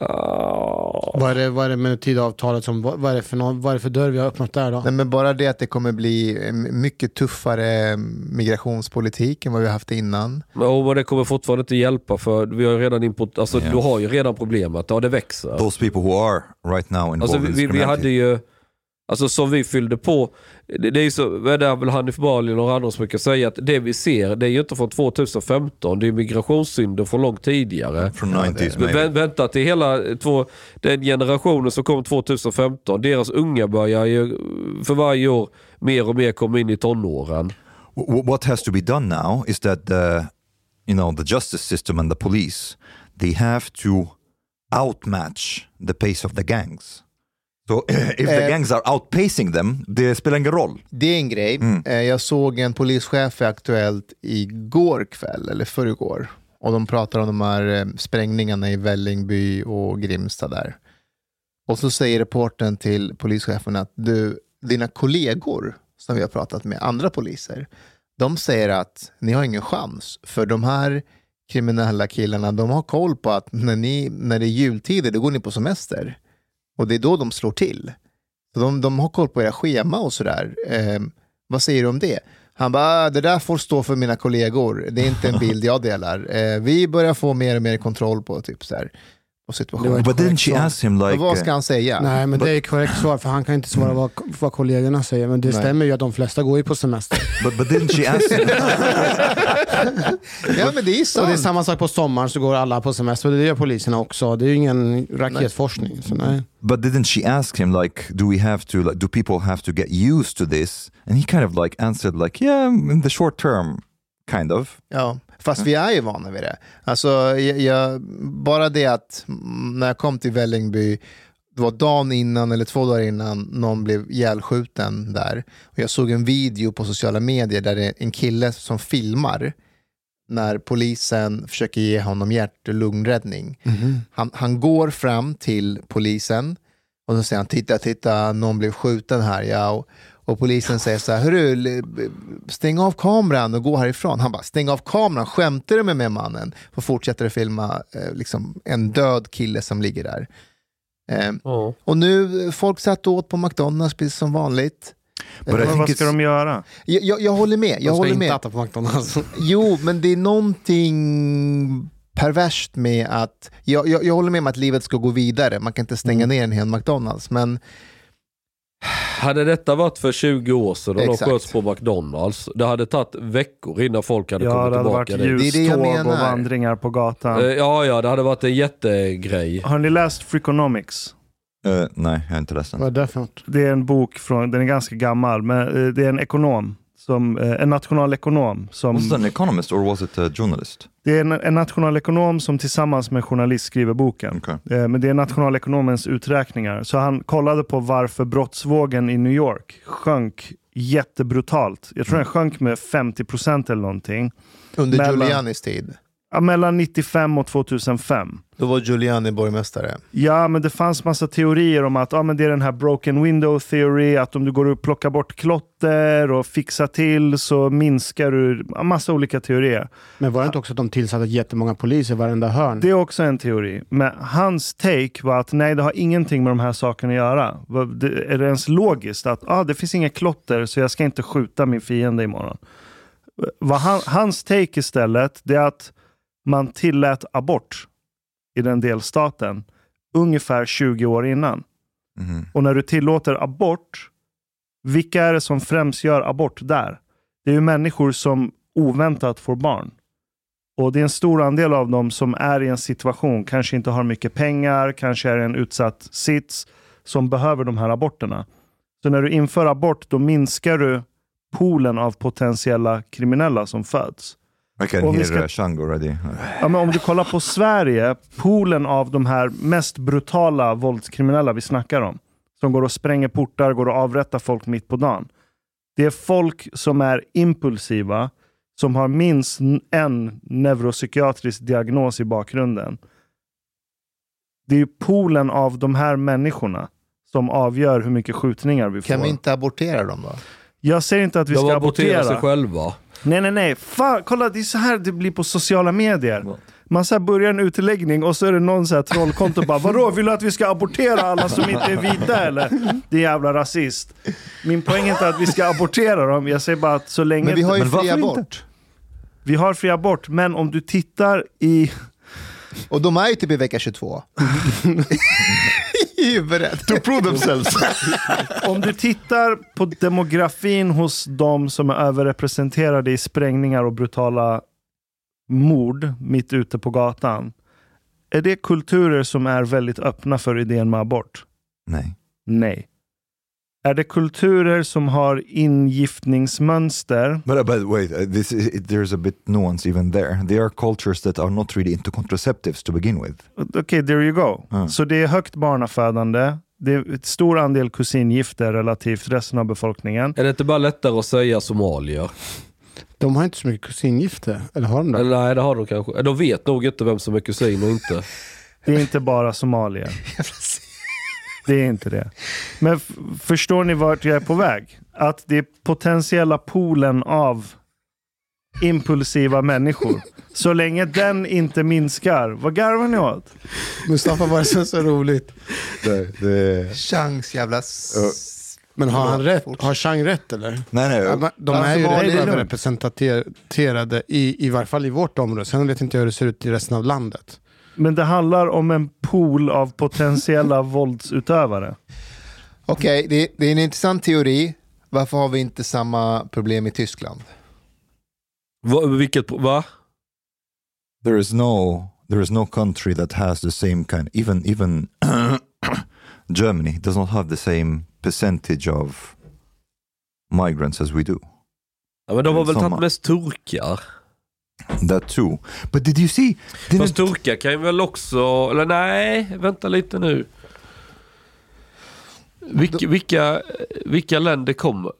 S4: Ah.
S1: Vad är det, vad är det med tidavtalet som, vad vad är det för, någon, vad är det för dörr vi har öppnat där då?
S5: Nej, men bara det att det kommer bli eh, mycket tuffare migrationspolitik än vad vi har haft innan.
S4: Ja, men det kommer fortfarande inte hjälpa för vi har ju redan import, alltså,
S3: Ja.
S4: du har ju redan problemet. Ja, det växer.
S3: Those people who are right now involved
S4: Alltså,
S3: in
S4: vi, vi, vi hade
S3: criminality.
S4: ju, alltså som vi fyllde på, det, det är ju så, det är väl Hanif Bali och några andra som brukar säga att det vi ser, det är ju inte från 2015, det är migrationssynder från långt tidigare.
S3: Från 90s
S4: Men vä-
S3: maybe.
S4: vänta till hela eh, två, den generationen som kom 2015, deras unga börjar ju eh, för varje år mer och mer komma in i tonåren.
S3: Wh- What has to be done now is that the, you know, the justice system and the police, they have to outmatch the pace of the gangs. So if the
S5: Eh.
S3: gangs are outpacing them, det spelar ingen roll.
S5: Det är en grej. Eh, Jag såg en polischef i Aktuellt igår kväll, eller förrgår. Och de pratar om de här eh, sprängningarna i Vällingby och Grimsta där. Och så säger reportern till polischefen att du, dina kollegor som vi har pratat med, andra poliser, De säger att ni har ingen chans, för de här kriminella killarna, de har koll på att när, ni, när det är jultider, då går ni på semester. Och det är då de slår till. Så de, de har koll på era schema och sådär. Eh, vad säger du om det? Han bara, "Ah, det där får stå för mina kollegor. Det är inte en bild jag delar. Eh, vi börjar få mer och mer kontroll på, typ, så här, på situationen.
S1: Det
S3: But didn't she ask him like...
S5: Men vad
S3: eh,
S5: ska han säga?
S1: Nej, men
S3: But-
S1: det är korrekt svar, för han kan inte svara vad, vad kollegorna säger. Men det
S5: Nej.
S1: stämmer ju att de flesta går ju på semester.
S3: but, but didn't she ask him...
S5: ja, men det är
S1: Och
S5: sant.
S1: det är samma sak på sommaren, så går alla på semester. Det gör poliserna också. Det är ju ingen raketforskning. Så nej.
S3: But didn't she ask him like, do we have to like, do people have to get used to this? And he kind of like answered like, yeah, in the short term, kind of.
S5: Ja, fast vi är ju vana vid det. Alltså, jag, jag, bara det att mm, när jag kom till Vällingby, det var dagen innan eller två dagar innan någon blev ihjälskjuten där. Och jag såg en video på sociala medier där det är en kille som filmar när polisen försöker ge honom hjärt och lungräddning. Han, han går fram till polisen och så säger han, titta, titta, någon blev skjuten här. Ja, och, och polisen säger så här, hörru, l- b- stäng av kameran och gå härifrån. Han bara, stäng av kameran, skämtar du med mig mannen? Och fortsätter att filma eh, liksom, en död kille som ligger där. Eh,
S4: Ja.
S5: och nu, eh, folk satt och åt på McDonalds precis som vanligt. Eh,
S3: But I
S2: Men
S3: think
S2: vad
S3: it's,
S2: ska de göra?
S5: Jag, jag, jag håller med, jag
S1: de ska
S5: håller
S1: inte
S5: med.
S1: äta på McDonalds.
S5: Jo, men det är någonting perverst med att... Jag, jag, jag håller med om att livet ska gå vidare. Man kan inte
S1: Mm.
S5: stänga ner en hel McDonalds. Men
S4: Hade detta varit för 20 år sedan och de
S5: Exakt.
S4: sköts på McDonalds, det hade tagit veckor innan folk hade
S2: Ja,
S4: kommit
S2: det hade varit
S4: tillbaka dit.
S5: Det är det
S2: ljuståg
S5: jag
S2: och
S5: menar.
S2: vandringar på gatan.
S4: Eh, Ja, ja, det hade varit en jättegrej.
S2: Har ni läst Freakonomics?
S3: uh, nej, jag är inte ledsen.
S1: Vad är det för något?
S2: Det är en bok, från, den är ganska gammal, men eh, det är en ekonom, som, eh, en nationalekonom. Som,
S3: Was it an economist or was it a journalist?
S2: det är en, en nationalekonom som tillsammans med en journalist skriver boken.
S3: Okay.
S2: Eh, Men det är nationalekonomens uträkningar. Så han kollade på varför brottsvågen i New York sjönk jättebrutalt. Jag tror den sjönk med 50% eller någonting.
S5: under
S2: Mellan-
S5: Giulianis tid,
S2: Ja, mellan 95 och 2005.
S5: då var Giuliani borgmästare.
S2: Ja, men det fanns massa teorier om att ah, men det är den här broken window theory, att om du går och plockar bort klotter och fixar till så minskar du... ja, Massa olika teorier.
S1: Men var det inte också att de tillsatte jättemånga poliser i varenda hörn?
S2: Det är också en teori. Men hans take var att nej, det har ingenting med de här sakerna att göra. Vad- det- Är det ens logiskt att ah, det finns inget klotter så jag ska inte skjuta min fiende imorgon? Vad han, hans take istället, det är att man tillät abort i den delstaten ungefär 20 år innan. Och när du tillåter abort, vilka är det som främst gör abort där? Det är ju människor som oväntat får barn. Och det är en stor andel av dem som är i en situation, kanske inte har mycket pengar, kanske är i en utsatt sits, som behöver de här aborterna. Så när du inför abort, då minskar du poolen av potentiella kriminella som föds.
S3: I can
S2: Om vi
S3: hear
S2: ska-
S3: uh, Shang already. Uh,
S2: Ja, men om du kollar på Sverige, poolen av de här mest brutala våldskriminella vi snackar om, som går och spränger portar, går och avrättar folk mitt på dagen. Det är folk som är impulsiva, som har minst n- en neuropsykiatrisk diagnos i bakgrunden. Det är ju poolen av de här människorna som avgör hur mycket skjutningar vi får.
S5: Kan vi inte abortera dem då?
S2: Jag säger inte att vi
S4: De
S2: ska
S4: aborterar sig
S2: abortera.
S4: själva.
S2: Nej, nej, nej. Fan, kolla, det är så här det blir på sociala medier. Man så här börjar en utläggning och så är det någon så här trollkonto och bara Vadå, vill du att vi ska abortera alla som inte är vita eller? Det är jävla rasist. Min poäng är inte att vi ska abortera dem. Jag säger bara att så länge...
S5: Men vi har ju
S3: Men
S5: fri
S3: varför
S5: abort.
S2: vi har fri abort, men om du tittar i...
S5: Och de är ju typ i vecka 22. I huvudet. To prove themselves.
S2: Om du tittar på demografin hos de som är överrepresenterade i sprängningar och brutala mord mitt ute på gatan. Är det kulturer som är väldigt öppna för idén med abort?
S3: nej.
S2: Nej. Är det kulturer som har ingiftningsmönster?
S3: But, uh, but wait, uh, this is, it, there's a bit nuance even there. They are cultures that are not really into contraceptives to begin with.
S2: Okej, there you go.
S3: Mm.
S2: Så det är högt barnafödande. Det är ett stor andel kusingifter relativt resten av befolkningen.
S4: Är det inte bara lättare att säga somalier?
S1: De har inte så mycket kusingifte. Eller har de det?
S4: Eller nej, det har de kanske. De vet nog inte vem som är kusin och inte.
S2: Det är inte bara somalier. Det är inte det. Men f- förstår ni vart jag är på väg? Att det är potentiella poolen av impulsiva människor. Så länge den inte minskar, vad garvar ni åt?
S1: Mustafa var så, så roligt.
S3: Det, det...
S5: Chans jävla... s-
S1: Men har han
S5: Förlåt,
S1: rätt?
S5: fortsätt.
S1: Har Chang rätt eller?
S3: Nej, nej.
S1: Ja, De
S5: Alltså,
S1: är ju
S5: vad är det
S1: redan
S5: lugnt?
S1: representerade i, i varje fall i vårt område. Sen vet inte jag hur det ser ut i resten av landet.
S2: Men det handlar om en pool av potentiella våldsutövare.
S5: Okej, det, det är en intressant teori. Varför har vi inte samma problem i Tyskland?
S4: Va, vilket, va?
S3: there is no there is no country that has the same kind even even Germany does not have the same percentage of migrants as we do.
S4: Ja, men de har väl
S3: Samma.
S4: tagit mest turkar?
S3: That too. But did you see
S4: Fast
S3: didn't
S4: turkar kan ju väl också... Eller nej, vänta lite nu. Vilka, vilka, vilka länder kommer?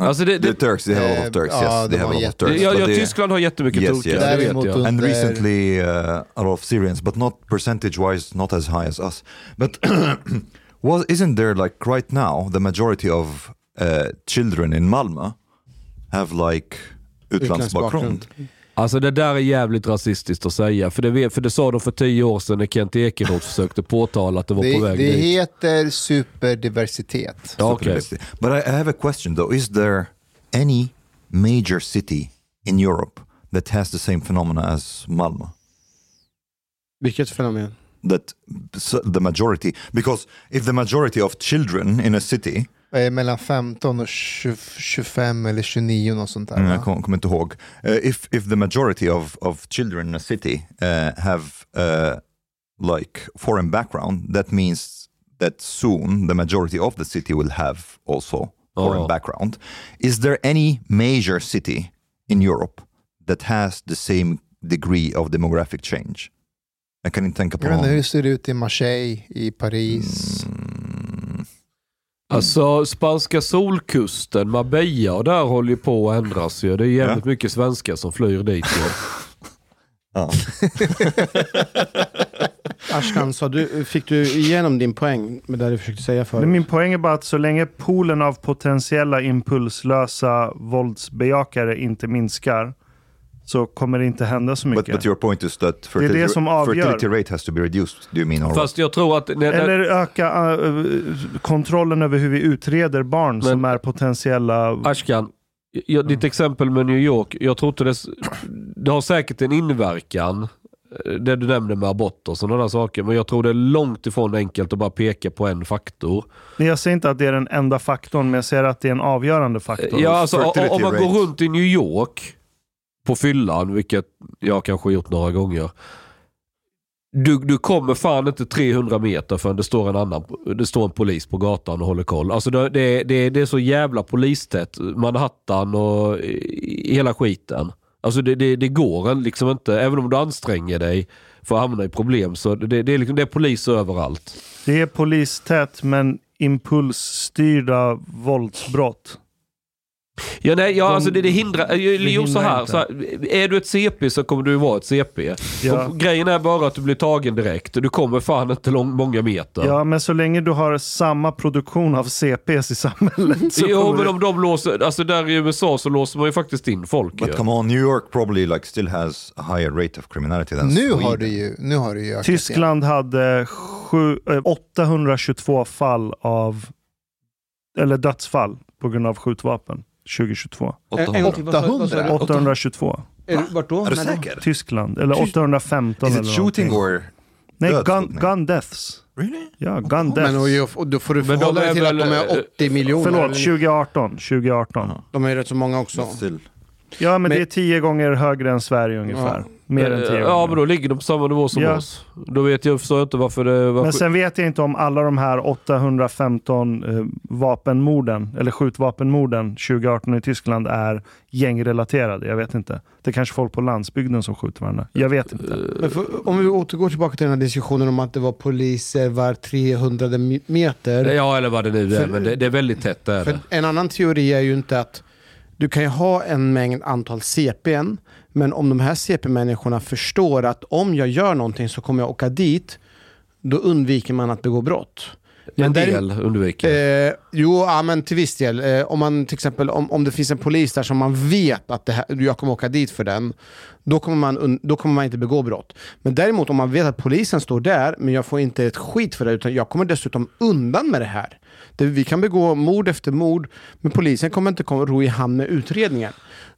S4: Alltså det,
S3: the
S4: det,
S3: Turks they have a lot of
S5: Eh,
S3: Turks,
S5: ja,
S3: yes. They
S5: det
S3: have a
S5: var
S3: lot of
S5: jätte-
S3: Turks.
S4: ja,
S3: but
S4: ja,
S3: they-
S4: Tyskland har jättemycket
S3: Yes,
S4: turkar,
S3: yes.
S4: det vet
S5: Däremot-
S3: and
S4: jag.
S5: Under-
S3: recently uh, a lot of Syrians, but not percentage wise, not as high as us. But was isn't there like right now the majority of uh, children in Malmö have like utlandsbakgrund?
S4: Alltså det där är jävligt rasistiskt att säga. För det, vet- för det sa de för tio år sedan när Kent Ekeroth försökte påtala att det var
S5: Det,
S4: på väg
S5: det
S4: dit.
S5: heter superdiversitet.
S4: Ja, okej.
S3: But I, I have a question though. Is there any major city in Europe that has the same phenomena as Malmö?
S1: Vilket fenomen?
S3: That s- the majority, because if the majority of children in a city,
S5: Vad är mellan 15 och 20, 25 eller 29 något sånt där.
S3: mm,
S5: va?
S3: jag kom- kommer inte ihåg, Eh, if, if the majority of, of children in a city eh, have eh, like foreign background, that means that soon the majority of the city will have also foreign
S4: Oh.
S3: background. Is there any major city in Europe that has the same degree of demographic change? Jag kan inte tänka på
S5: Jag vet inte, hur
S3: någon.
S5: ser det ut i Marseille, i Paris?
S3: Mm.
S4: Alltså spanska solkusten, Marbella, och där håller ju på att ändras ju. Det är jävligt mycket svenskar som flyr dit. ju.
S3: Ja.
S1: Ashkan, sa du, fick du igenom din poäng med det du försökte säga
S2: Men
S1: förut?
S2: min poäng är bara att så länge poolen av potentiella impulslösa våldsbejakare inte minskar så kommer det inte hända så
S3: But,
S2: mycket.
S3: but your point is that
S2: är det
S3: fertility,
S2: som avgör.
S3: fertility rate has to be reduced, do you mean? Or what?
S4: Fast jag tror att... när- när-
S2: Eller öka eh, eh, kontrollen över hur vi utreder barn som är potentiella...
S4: Ashkan, jag, ditt exempel med New York. Jag tror inte det, s- det har säkert en inverkan, eh, det du nämnde med abort och sådana där saker. Men jag tror det är långt ifrån enkelt att bara peka på en faktor.
S2: Nej, Jag säger inte att det är den enda faktorn, men jag säger att det är en avgörande faktor.
S4: Ja, alltså, o- om man
S3: fertility
S4: går
S3: rate.
S4: runt i New York på fyllan, vilket jag kanske har gjort några gånger. Du, du kommer fan inte 300 meter förrän det står en, annan, det står en polis på gatan och håller koll. Alltså det, det, det, det är så jävla polistätt. Manhattan och i- i hela skiten. Alltså det, det, det går liksom inte. Även om du anstränger dig för att hamna i problem så det, det, är, liksom, det är polis överallt.
S2: Det är polistätt, men impulsstyrda våldsbrott.
S4: Ja, nej, ja,
S2: De-
S4: alltså det, det hindrar... eh,
S2: det
S4: Jo, så
S2: hindrar
S4: här,
S2: inte.
S4: så här. Är du ett CP så kommer du vara ett CP.
S2: Ja.
S4: Och grejen är bara att du blir tagen direkt. Du kommer fan inte lång, många meter.
S2: Ja, men så länge du har samma produktion av CPs i samhället så
S4: jo,
S2: kommer
S4: men
S2: det-
S4: om de låser... Alltså där i USA så låser man ju faktiskt in folk ju.
S3: But come on, New York probably like still has a higher rate of criminality than
S5: Nu
S3: Sweden.
S5: har, det ju, nu har det ju ökat igen.
S2: Tyskland hade sju, eh, 822 fall av... Eller dödsfall på grund av skjutvapen 2022.
S5: Eh,
S1: En- en gång till, vad sa- vad sa du?
S5: 800.
S2: 822.
S1: Är du- Vart då?
S3: Är du
S1: När då?
S3: säker?
S2: Tyskland. Eller 815
S3: Is
S2: eller
S3: it
S2: någonting.
S3: shooting or...
S2: Nej, gun,
S3: dödsskjutning?
S2: gun deaths.
S3: Really?
S2: Ja, gun deaths.
S1: Men och, ju- och då får du
S4: Men de
S1: förhålla
S4: är
S1: dig till att de
S4: väl, eh,
S1: är 80 miljoner.
S2: Förlåt, 2018. 2018.
S1: De är ju rätt så många också.
S3: Still.
S2: Ja, men,
S1: Men-
S2: det är tio gånger högre än Sverige ungefär. Mer än tio gånger.
S4: Eh, Ja, men då ligger de på samma nivå som
S2: Ja.
S4: oss. Då vet jag förstår jag inte varför det... Var
S2: Men sen vet jag inte om alla de här 815 eh, vapenmorden, eller skjutvapenmorden 2018 i Tyskland är gängrelaterade. Jag vet inte. Det är kanske folk på landsbygden som skjuter varandra. Jag vet inte.
S1: Men för, om vi återgår tillbaka till den här diskussionen om att det var poliser var 300 mi- meter.
S4: Ja, eller vad det nu är.
S1: För-
S4: men det, det är väldigt tätt där.
S1: För en annan teori är ju inte att du kan ju ha en mängd antal CPN, men om de här CP-människorna förstår att om jag gör någonting så kommer jag åka dit, då undviker man att begå brott.
S4: En
S1: Men där-
S4: del undviker.
S1: Eh, jo, ja, men till viss del. Eh, om, man, till exempel, om, om det finns en polis där som man vet att det här, jag kommer åka dit för den, då kommer, man, und- då kommer man inte begå brott. Men däremot om man vet att polisen står där, men jag får inte ett skit för det, utan jag kommer dessutom undan med det här. Det, vi kan begå mord efter mord, men polisen kommer inte komma, ro i hamn med utredningen.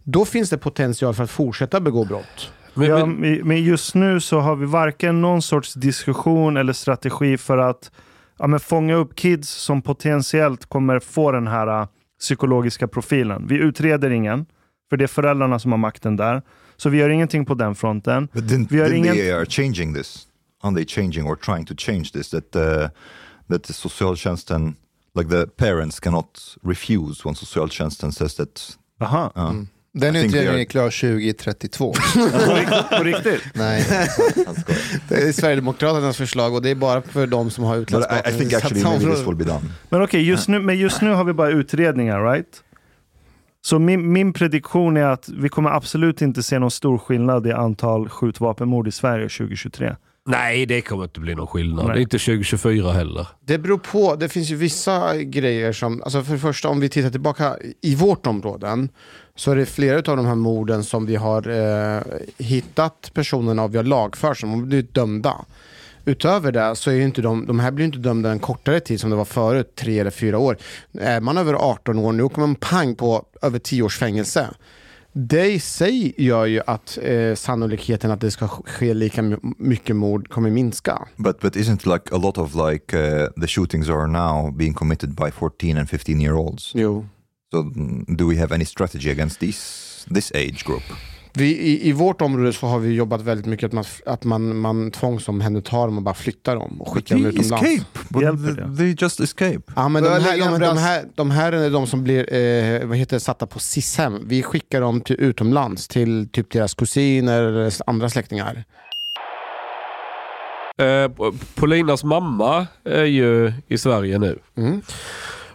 S1: Då finns det potential för att fortsätta begå brott.
S4: men,
S2: Ja,
S4: men,
S2: men- men just nu så har vi varken någon sorts diskussion eller strategi för att ja, men fånga upp kids som potentiellt kommer få den här äh, psykologiska profilen. Vi utreder ingen, för det är föräldrarna som har makten där. Så vi gör ingenting på den fronten.
S3: But didn't,
S2: Vi har
S3: didn't
S2: ingen-
S3: they are changing this? Aren't they changing or trying to change this? That uh, that the socialtjänsten, like the parents cannot refuse when socialtjänsten says that.
S2: Aha.
S3: Uh,
S5: Den
S3: I think they
S5: utredningen
S3: are-
S5: är klar 2032.
S2: På, rikt- på riktigt?
S5: Nej,
S1: Det är Eh, Sverigedemokraternas förslag och det är bara för de som har
S3: But
S1: utländsk
S3: I, I think actually maybe this will be done.
S2: Men okej, just, nu, men just nu har vi bara utredningar, right? Så min, min prediktion är att vi kommer absolut inte se någon stor skillnad i antal skjutvapenmord i Sverige 2023.
S4: nej, det kommer inte bli någon skillnad.
S2: Nej.
S4: Det är inte 2024 heller.
S1: Det beror på. Det finns ju vissa grejer som, alltså för det första om vi tittar tillbaka i vårt område så är det flera av de här morden som vi har eh, hittat personerna av, vi har lagfört som har blivit dömda. Utöver det så är ju inte de, de här blir ju inte dömda en kortare tid som det var förut, tre eller fyra år. Är man över 18 år nu kommer man pang på över 10 års fängelse. Det i sig gör ju att eh, sannolikheten att det ska ske lika my- mycket mord kommer minska.
S3: But but isn't like a lot of like uh, the shootings are now being committed by 14 and 15 year olds?
S1: Jo.
S3: So mm, do we have any strategy against these this age group?
S1: Vi, i, I vårt område så har vi jobbat väldigt mycket att man, att man, man tvångsomhändertar dem och bara flyttar dem och skickar dem
S3: They
S1: utomlands.
S3: escape. But
S2: Hjälper
S3: th-
S2: det?
S3: they just escape.
S1: Ja, men de,
S5: Börja
S1: här,
S5: lägga
S1: de,
S5: en
S1: de,
S5: brass-
S1: här, de här är de som blir eh, vad heter, det, satta på SIS-hem. Vi skickar dem till utomlands till typ deras kusiner eller andra släktingar.
S4: Eh, Polinas mamma är ju i Sverige nu.
S1: Mm.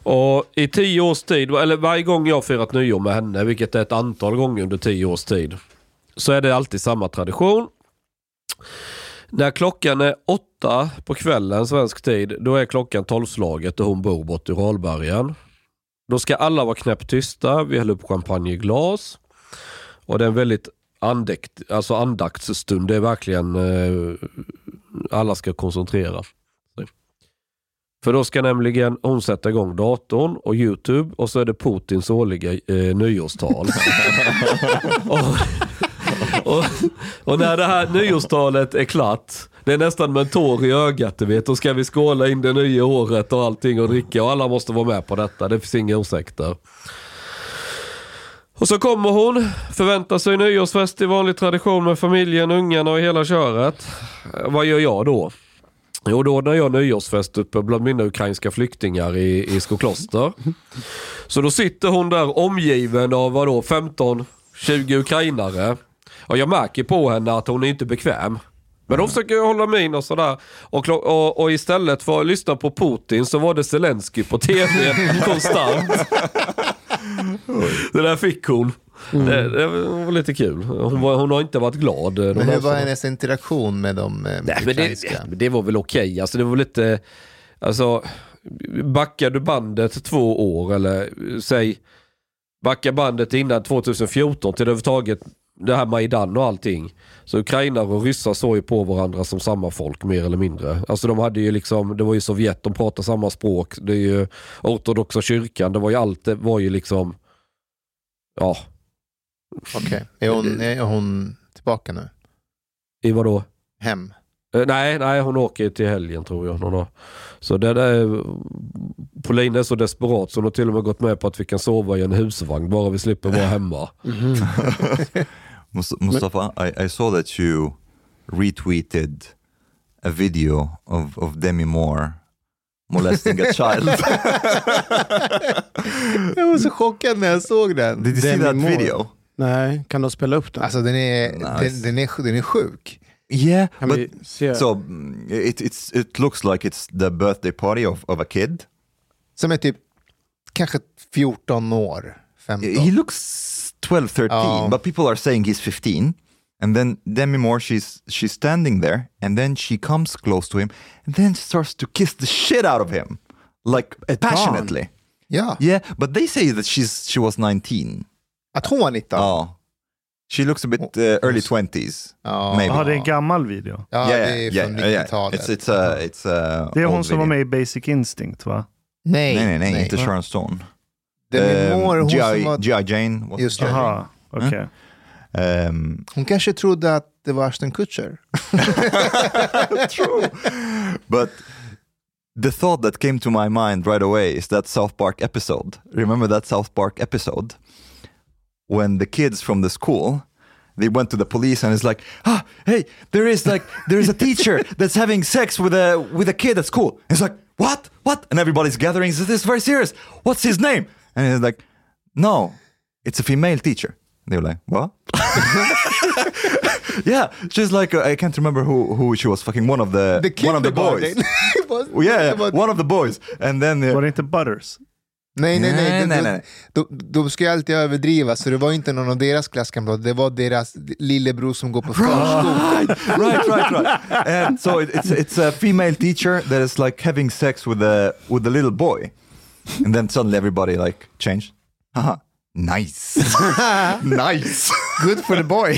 S4: Och i tio års tid, eller varje gång jag har firat nyår med henne, vilket är ett antal gånger under tio års tid, så är det alltid samma tradition. När klockan är åtta på kvällen svensk tid, då är klockan tolvslaget och hon bor bort i Ralbergen. Då ska alla vara knäpptysta, vi häller upp champagne i glas. Och det är en väldigt andäkt, alltså andaktsstund, det är verkligen eh, alla ska koncentrera sig. För då ska nämligen hon sätta igång datorn och YouTube och så är det Putins årliga eh, nyårstal. och, och, och när det här nyårstalet är klart, det är nästan med en tår i ögat du vet, då ska vi skåla in det nya året och allting och dricka och alla måste vara med på detta, det finns inga ursäkter. Och så kommer hon, förväntar sig nyårsfest i vanlig tradition med familjen, ungarna och hela köret. Eh, Vad gör jag då? Jo, då ordnar jag nyårsfest uppe bland mina ukrainska flyktingar i, i Skokloster. Så då sitter hon där omgiven av vadå, 15-20 ukrainare. Och jag märker på henne att hon är inte bekväm. Men då försöker jag hålla min och sådär. Och, klo- och, och istället för att lyssna på Putin så var det Zelensky på TV konstant. Det där fick hon.
S5: Mm.
S4: Det, det var lite kul. Hon, var, hon har inte varit glad. eh, de
S5: men hur
S4: här
S5: var
S4: åren.
S5: hennes interaktion med de eh,
S4: Nej, men det,
S5: ukrainska?
S4: det var väl okej. Alltså, det var lite... Alltså, backar du bandet två år eller eh, säg backa bandet innan 2014 till överhuvudtaget det här Majdan och allting. Så ukrainare och ryssar såg ju på varandra som samma folk mer eller mindre. Alltså de hade ju liksom, det var ju Sovjet, de pratade samma språk. Det är ju ortodoxa kyrkan, det var ju allt, det var ju liksom, ja,
S5: Okej. Är, hon, är hon tillbaka nu?
S4: i vadå?
S5: Hem?
S4: Eh, Nej, nej, hon åker till helgen tror jag. Någon dag. Så det där, Pauline är så desperat så hon har till och med gått med på att vi kan sova i en husvagn bara vi slipper vara hemma.
S5: Mhm.
S3: Mus- Mustafa, I, I saw that you retweeted a video of, of Demi Moore molesting a child.
S5: Jag var så chockad när jag såg den.
S3: Did you see
S1: Demi
S3: that
S1: Moore.
S3: video?
S1: Nej, kan du spela upp den?
S5: Alltså den är,
S3: Nice.
S5: den, den är, den är sjuk.
S3: Yeah,
S1: kan
S3: but
S1: vi se?
S3: so mm, it, it's, it looks like it's the birthday party of, of a kid.
S5: Som är typ kanske 14 år, 15.
S3: He looks 12, 13,
S5: Oh.
S3: but people are saying he's 15. And then Demi Moore, she's she's standing there, and then she comes close to him, and then starts to kiss the shit out of him. like passionately.
S5: Ja,
S3: Yeah, but they say that she's she was 19.
S5: att hon var 19.
S3: Ja. She looks a bit uh, early 20s.
S5: Ja.
S3: Maybe.
S2: Jaha, det är en gammal video.
S5: Ja,
S3: yeah,
S5: Ah, det är
S3: yeah,
S5: från
S3: yeah, yeah.
S5: 90-talet.
S3: It's, it's uh, a, it's a
S2: Det är hon
S3: old
S2: som var
S3: video.
S2: med i Basic Instinct va?
S5: Nej,
S3: Nej, nej, nej, inte eh, Sharon Stone. Um,
S5: Det är min mor, hon, som
S3: G.I.
S5: var,
S3: G.I. Jane. was-
S5: Just det.
S2: Jaha,
S1: Mm.
S2: okej.
S3: Ehm,
S5: hon kanske trodde att det var Ashton Kutcher.
S3: True. But the thought that came to my mind right away is that South Park episode. Remember that South Park episode when the kids from the school they went to the police and it's like, ah, hey, there is like there is a teacher that's having sex with a with a kid at school. It's like, what, what? And everybody's gathering. This is very serious. What's his name? And it's like, no, it's a female teacher. They were like, what? yeah, she's like uh, I can't remember who who she was fucking one of the,
S5: The
S3: one of the boys.
S5: kindergarten. It was-
S3: Well, yeah,
S5: it was-
S3: one of the boys. And then uh,
S2: Var det inte Butters?
S5: Nej, nej, nej.
S3: Nej,
S5: De,
S3: nej,
S5: de,
S3: nej.
S5: de, de ska ju alltid överdriva, så det var inte någon av deras klasskamrater. Det var deras lillebror som går på förskolan.
S3: right, right, right, right. And so it, it's it's a female teacher that is like having sex with a with a little boy, and then suddenly everybody like changed. Haha, nice, nice.
S5: Good for the boy.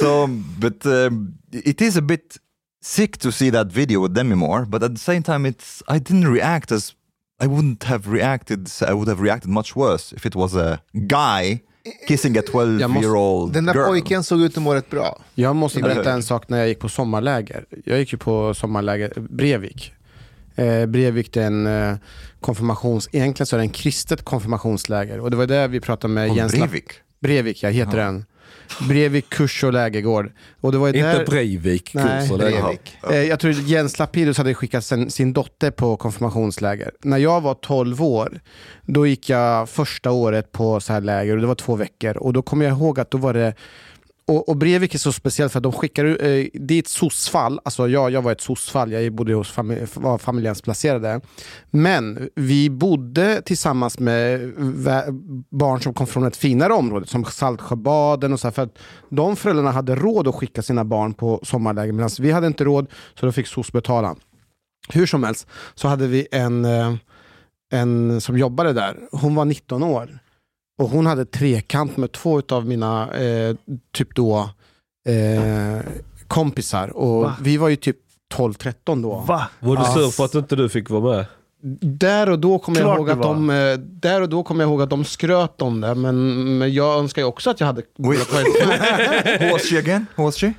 S3: so, but um, it is a bit sick to see that video with Demi Moore, but at the same time, it's I didn't react as I wouldn't have reacted. I would have reacted much worse if it was a guy kissing a
S1: måste-
S3: twelve-year-old
S5: Den där
S3: girl.
S5: pojken såg ut att må rätt bra.
S1: Jag måste
S3: Eller
S1: berätta
S3: hur?
S1: en sak när jag gick på sommarläger. Jag gick ju på sommarläger Brevik. Eh, Brevik det är en eh, konfirmations, egentligen så är det en kristet konfirmationsläger. Och det var där vi pratade med
S3: Från
S1: Jens Lapp-
S3: Breivik.
S1: Brevik, ja, heter den. Brevik kurs och lägergård. Och det var ju
S4: Inte
S1: där...
S4: Breivik.
S1: Nej,
S4: kursen, eller?
S5: Breivik.
S1: Eh, Jag tror Jens Lapidus hade skickat sin, sin dotter på konfirmationsläger. När jag var 12 år, då gick jag första året på så här läger och det var två veckor. Och då kommer jag ihåg att då var det och, och Breivik är så speciellt för att de skickar eh, dit soc-fall, alltså jag, jag var ett soc-fall, jag bodde hos fami- var familjehemsplacerade. Men vi bodde tillsammans med vä- barn som kom från ett finare område, som Saltsjöbaden och så här, för att de föräldrarna hade råd att skicka sina barn på sommarläger medan vi hade inte råd, så då fick soc betala. Hur som helst så hade vi en, eh, en som jobbade där, hon var 19 år. Och hon hade trekant med två av mina, eh, typ då, eh, kompisar. Och
S2: Va?
S1: vi var ju typ 12-13 då.
S2: Va?
S4: Var du
S1: Ja.
S4: sur för att inte du fick vara med?
S1: Där och då kommer jag
S2: Klart
S1: ihåg
S2: det
S1: att de, eh, där och då kommer jag ihåg att de skröt om det. Men, men jag önskar ju också att jag hade...
S3: Wait, who was she again? Who was she?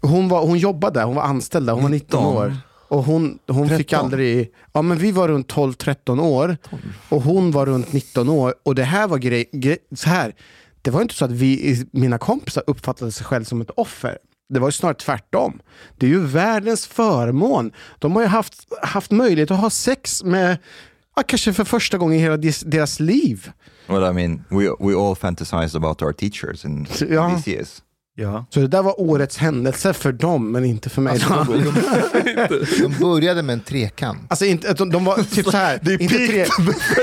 S1: Hon, var, hon jobbade där, hon var anställd där, hon var 19
S3: 19.
S1: år. Och hon, hon fick
S3: 13.
S1: aldrig... Ja men vi var runt 12-13 år. Och hon var runt 19 år. Och det här var grej, grej så här. Det var inte så att vi, mina kompisar uppfattade sig själv som ett offer. Det var ju snarare tvärtom. Det är ju världens förmån. De har ju haft, haft möjlighet att ha sex med, ja, kanske för första gången i hela des- deras liv.
S3: Well, I mean, we we all fantasize about our teachers in
S1: Ja.
S3: these years.
S2: Ja.
S1: Så det där var årets händelse för dem, men inte för mig. Alltså,
S5: De började med en trekant.
S1: inte, att de, de var typ så här. inte tre,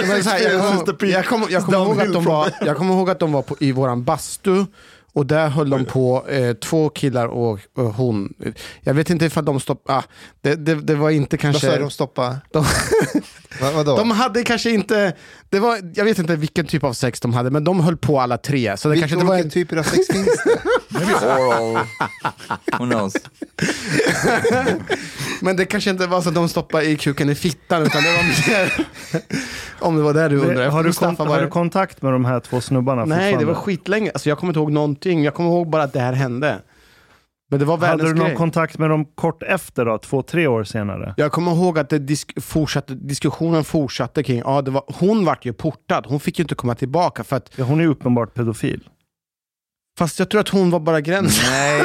S1: de var så här jag kommer jag kommer jag kommer ihåg att de var, jag kommer ihåg att de var på, i våran bastu. Och där höll de på, eh, två killar och, och hon. Jag vet inte ifall de stoppade, ah, det, det, det var inte
S5: Vad sa
S1: kanske...
S5: du, de stoppa?
S1: de,
S5: Vad, vadå?
S1: de hade kanske inte, det var, jag vet inte vilken typ av sex de hade, men de höll på alla tre. Så det
S5: Vilka
S1: kanske inte var
S5: olika
S1: en,
S5: typer typ av sex finns det?
S3: Maybe oral. Who knows?
S1: men det kanske inte var så att de stoppade i kuken i fittan, utan det var mer... om det var det du undrade.
S2: Det, har, du
S1: Mustafa
S2: kon- har
S1: bara-
S2: du kontakt med de här två snubbarna
S1: Nej, det
S2: fortfarande?
S1: var skitlänge. Alltså, jag kommer inte ihåg någonting. Jag kommer ihåg bara att det här hände. Men det var
S2: Hade
S1: världens
S2: du någon
S1: grej.
S2: kontakt med dem kort efter då? Två, tre år senare?
S1: jag kommer ihåg att det disk fortsatte, diskussionen fortsatte kring, ja, det var, hon vart ju portad. Hon fick ju inte komma tillbaka. För att,
S2: Ja, hon är ju uppenbart pedofil.
S1: fast jag tror att hon var bara gränsen.
S3: Nej.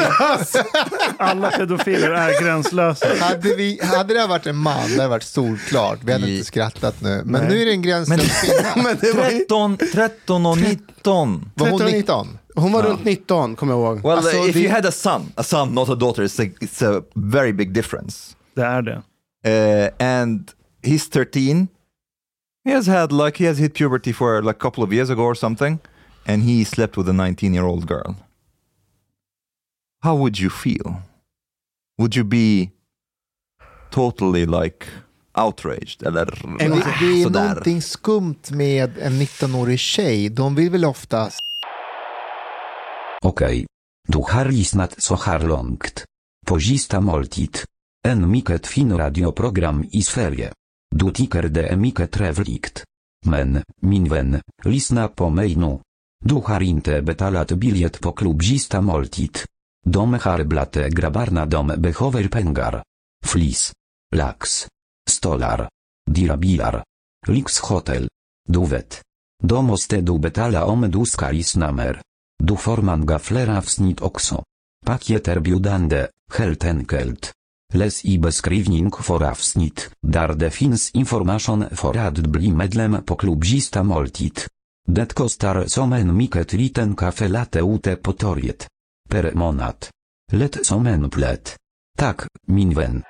S2: Alla pedofiler är gränslösa.
S5: Hade, vi, hade det här varit en man, det hade varit solklart. Vi hade
S3: I-
S5: inte skrattat nu. Men
S2: Nej.
S5: nu är det en gränslös kvinna.
S1: Men det var, ju-
S3: 13, 13 och 19.
S5: Var hon
S1: 13?
S5: 19?
S1: hon var runt 19, kommer jag ihåg.
S3: Well,
S1: Alltså,
S3: if
S1: det-
S3: you had a son, a son, not a daughter, it's a, it's a very big difference.
S2: Det är det.
S3: Uh, and he's 13. He has had like he has hit puberty for like a couple of years ago or something, and he slept with a 19-year-old girl. How would you feel? Would you be totally like outraged eller
S5: Det, det är
S3: sådär.
S5: någonting skumt med en 19-årig tjej. De vill väl ofta
S7: Okej. Du haris nad so harlongt. Pozista moltit. En miket fin radioprogram i sferie. Du tiker de emiket revlikt. Men, minwen, lisna po mejnu. Du harinte betalat biliet po klubzista moltit. Dom harblate grabarna dom behover pengar. Flis. Laks. Stolar. Dirabilar. Lix hotel. Duwet. Domostedu betala omeduska lisnamer. Du forman gaflera wsnit okso. Pakieter biudande, heltenkelt. Les i beskrivning for avsnit, dar defins information for ad bli medlem po klubzista moltit. Detko star somen miket liten kafe late ute potoriet. Per monat. Let somen plet. Tak, minwen.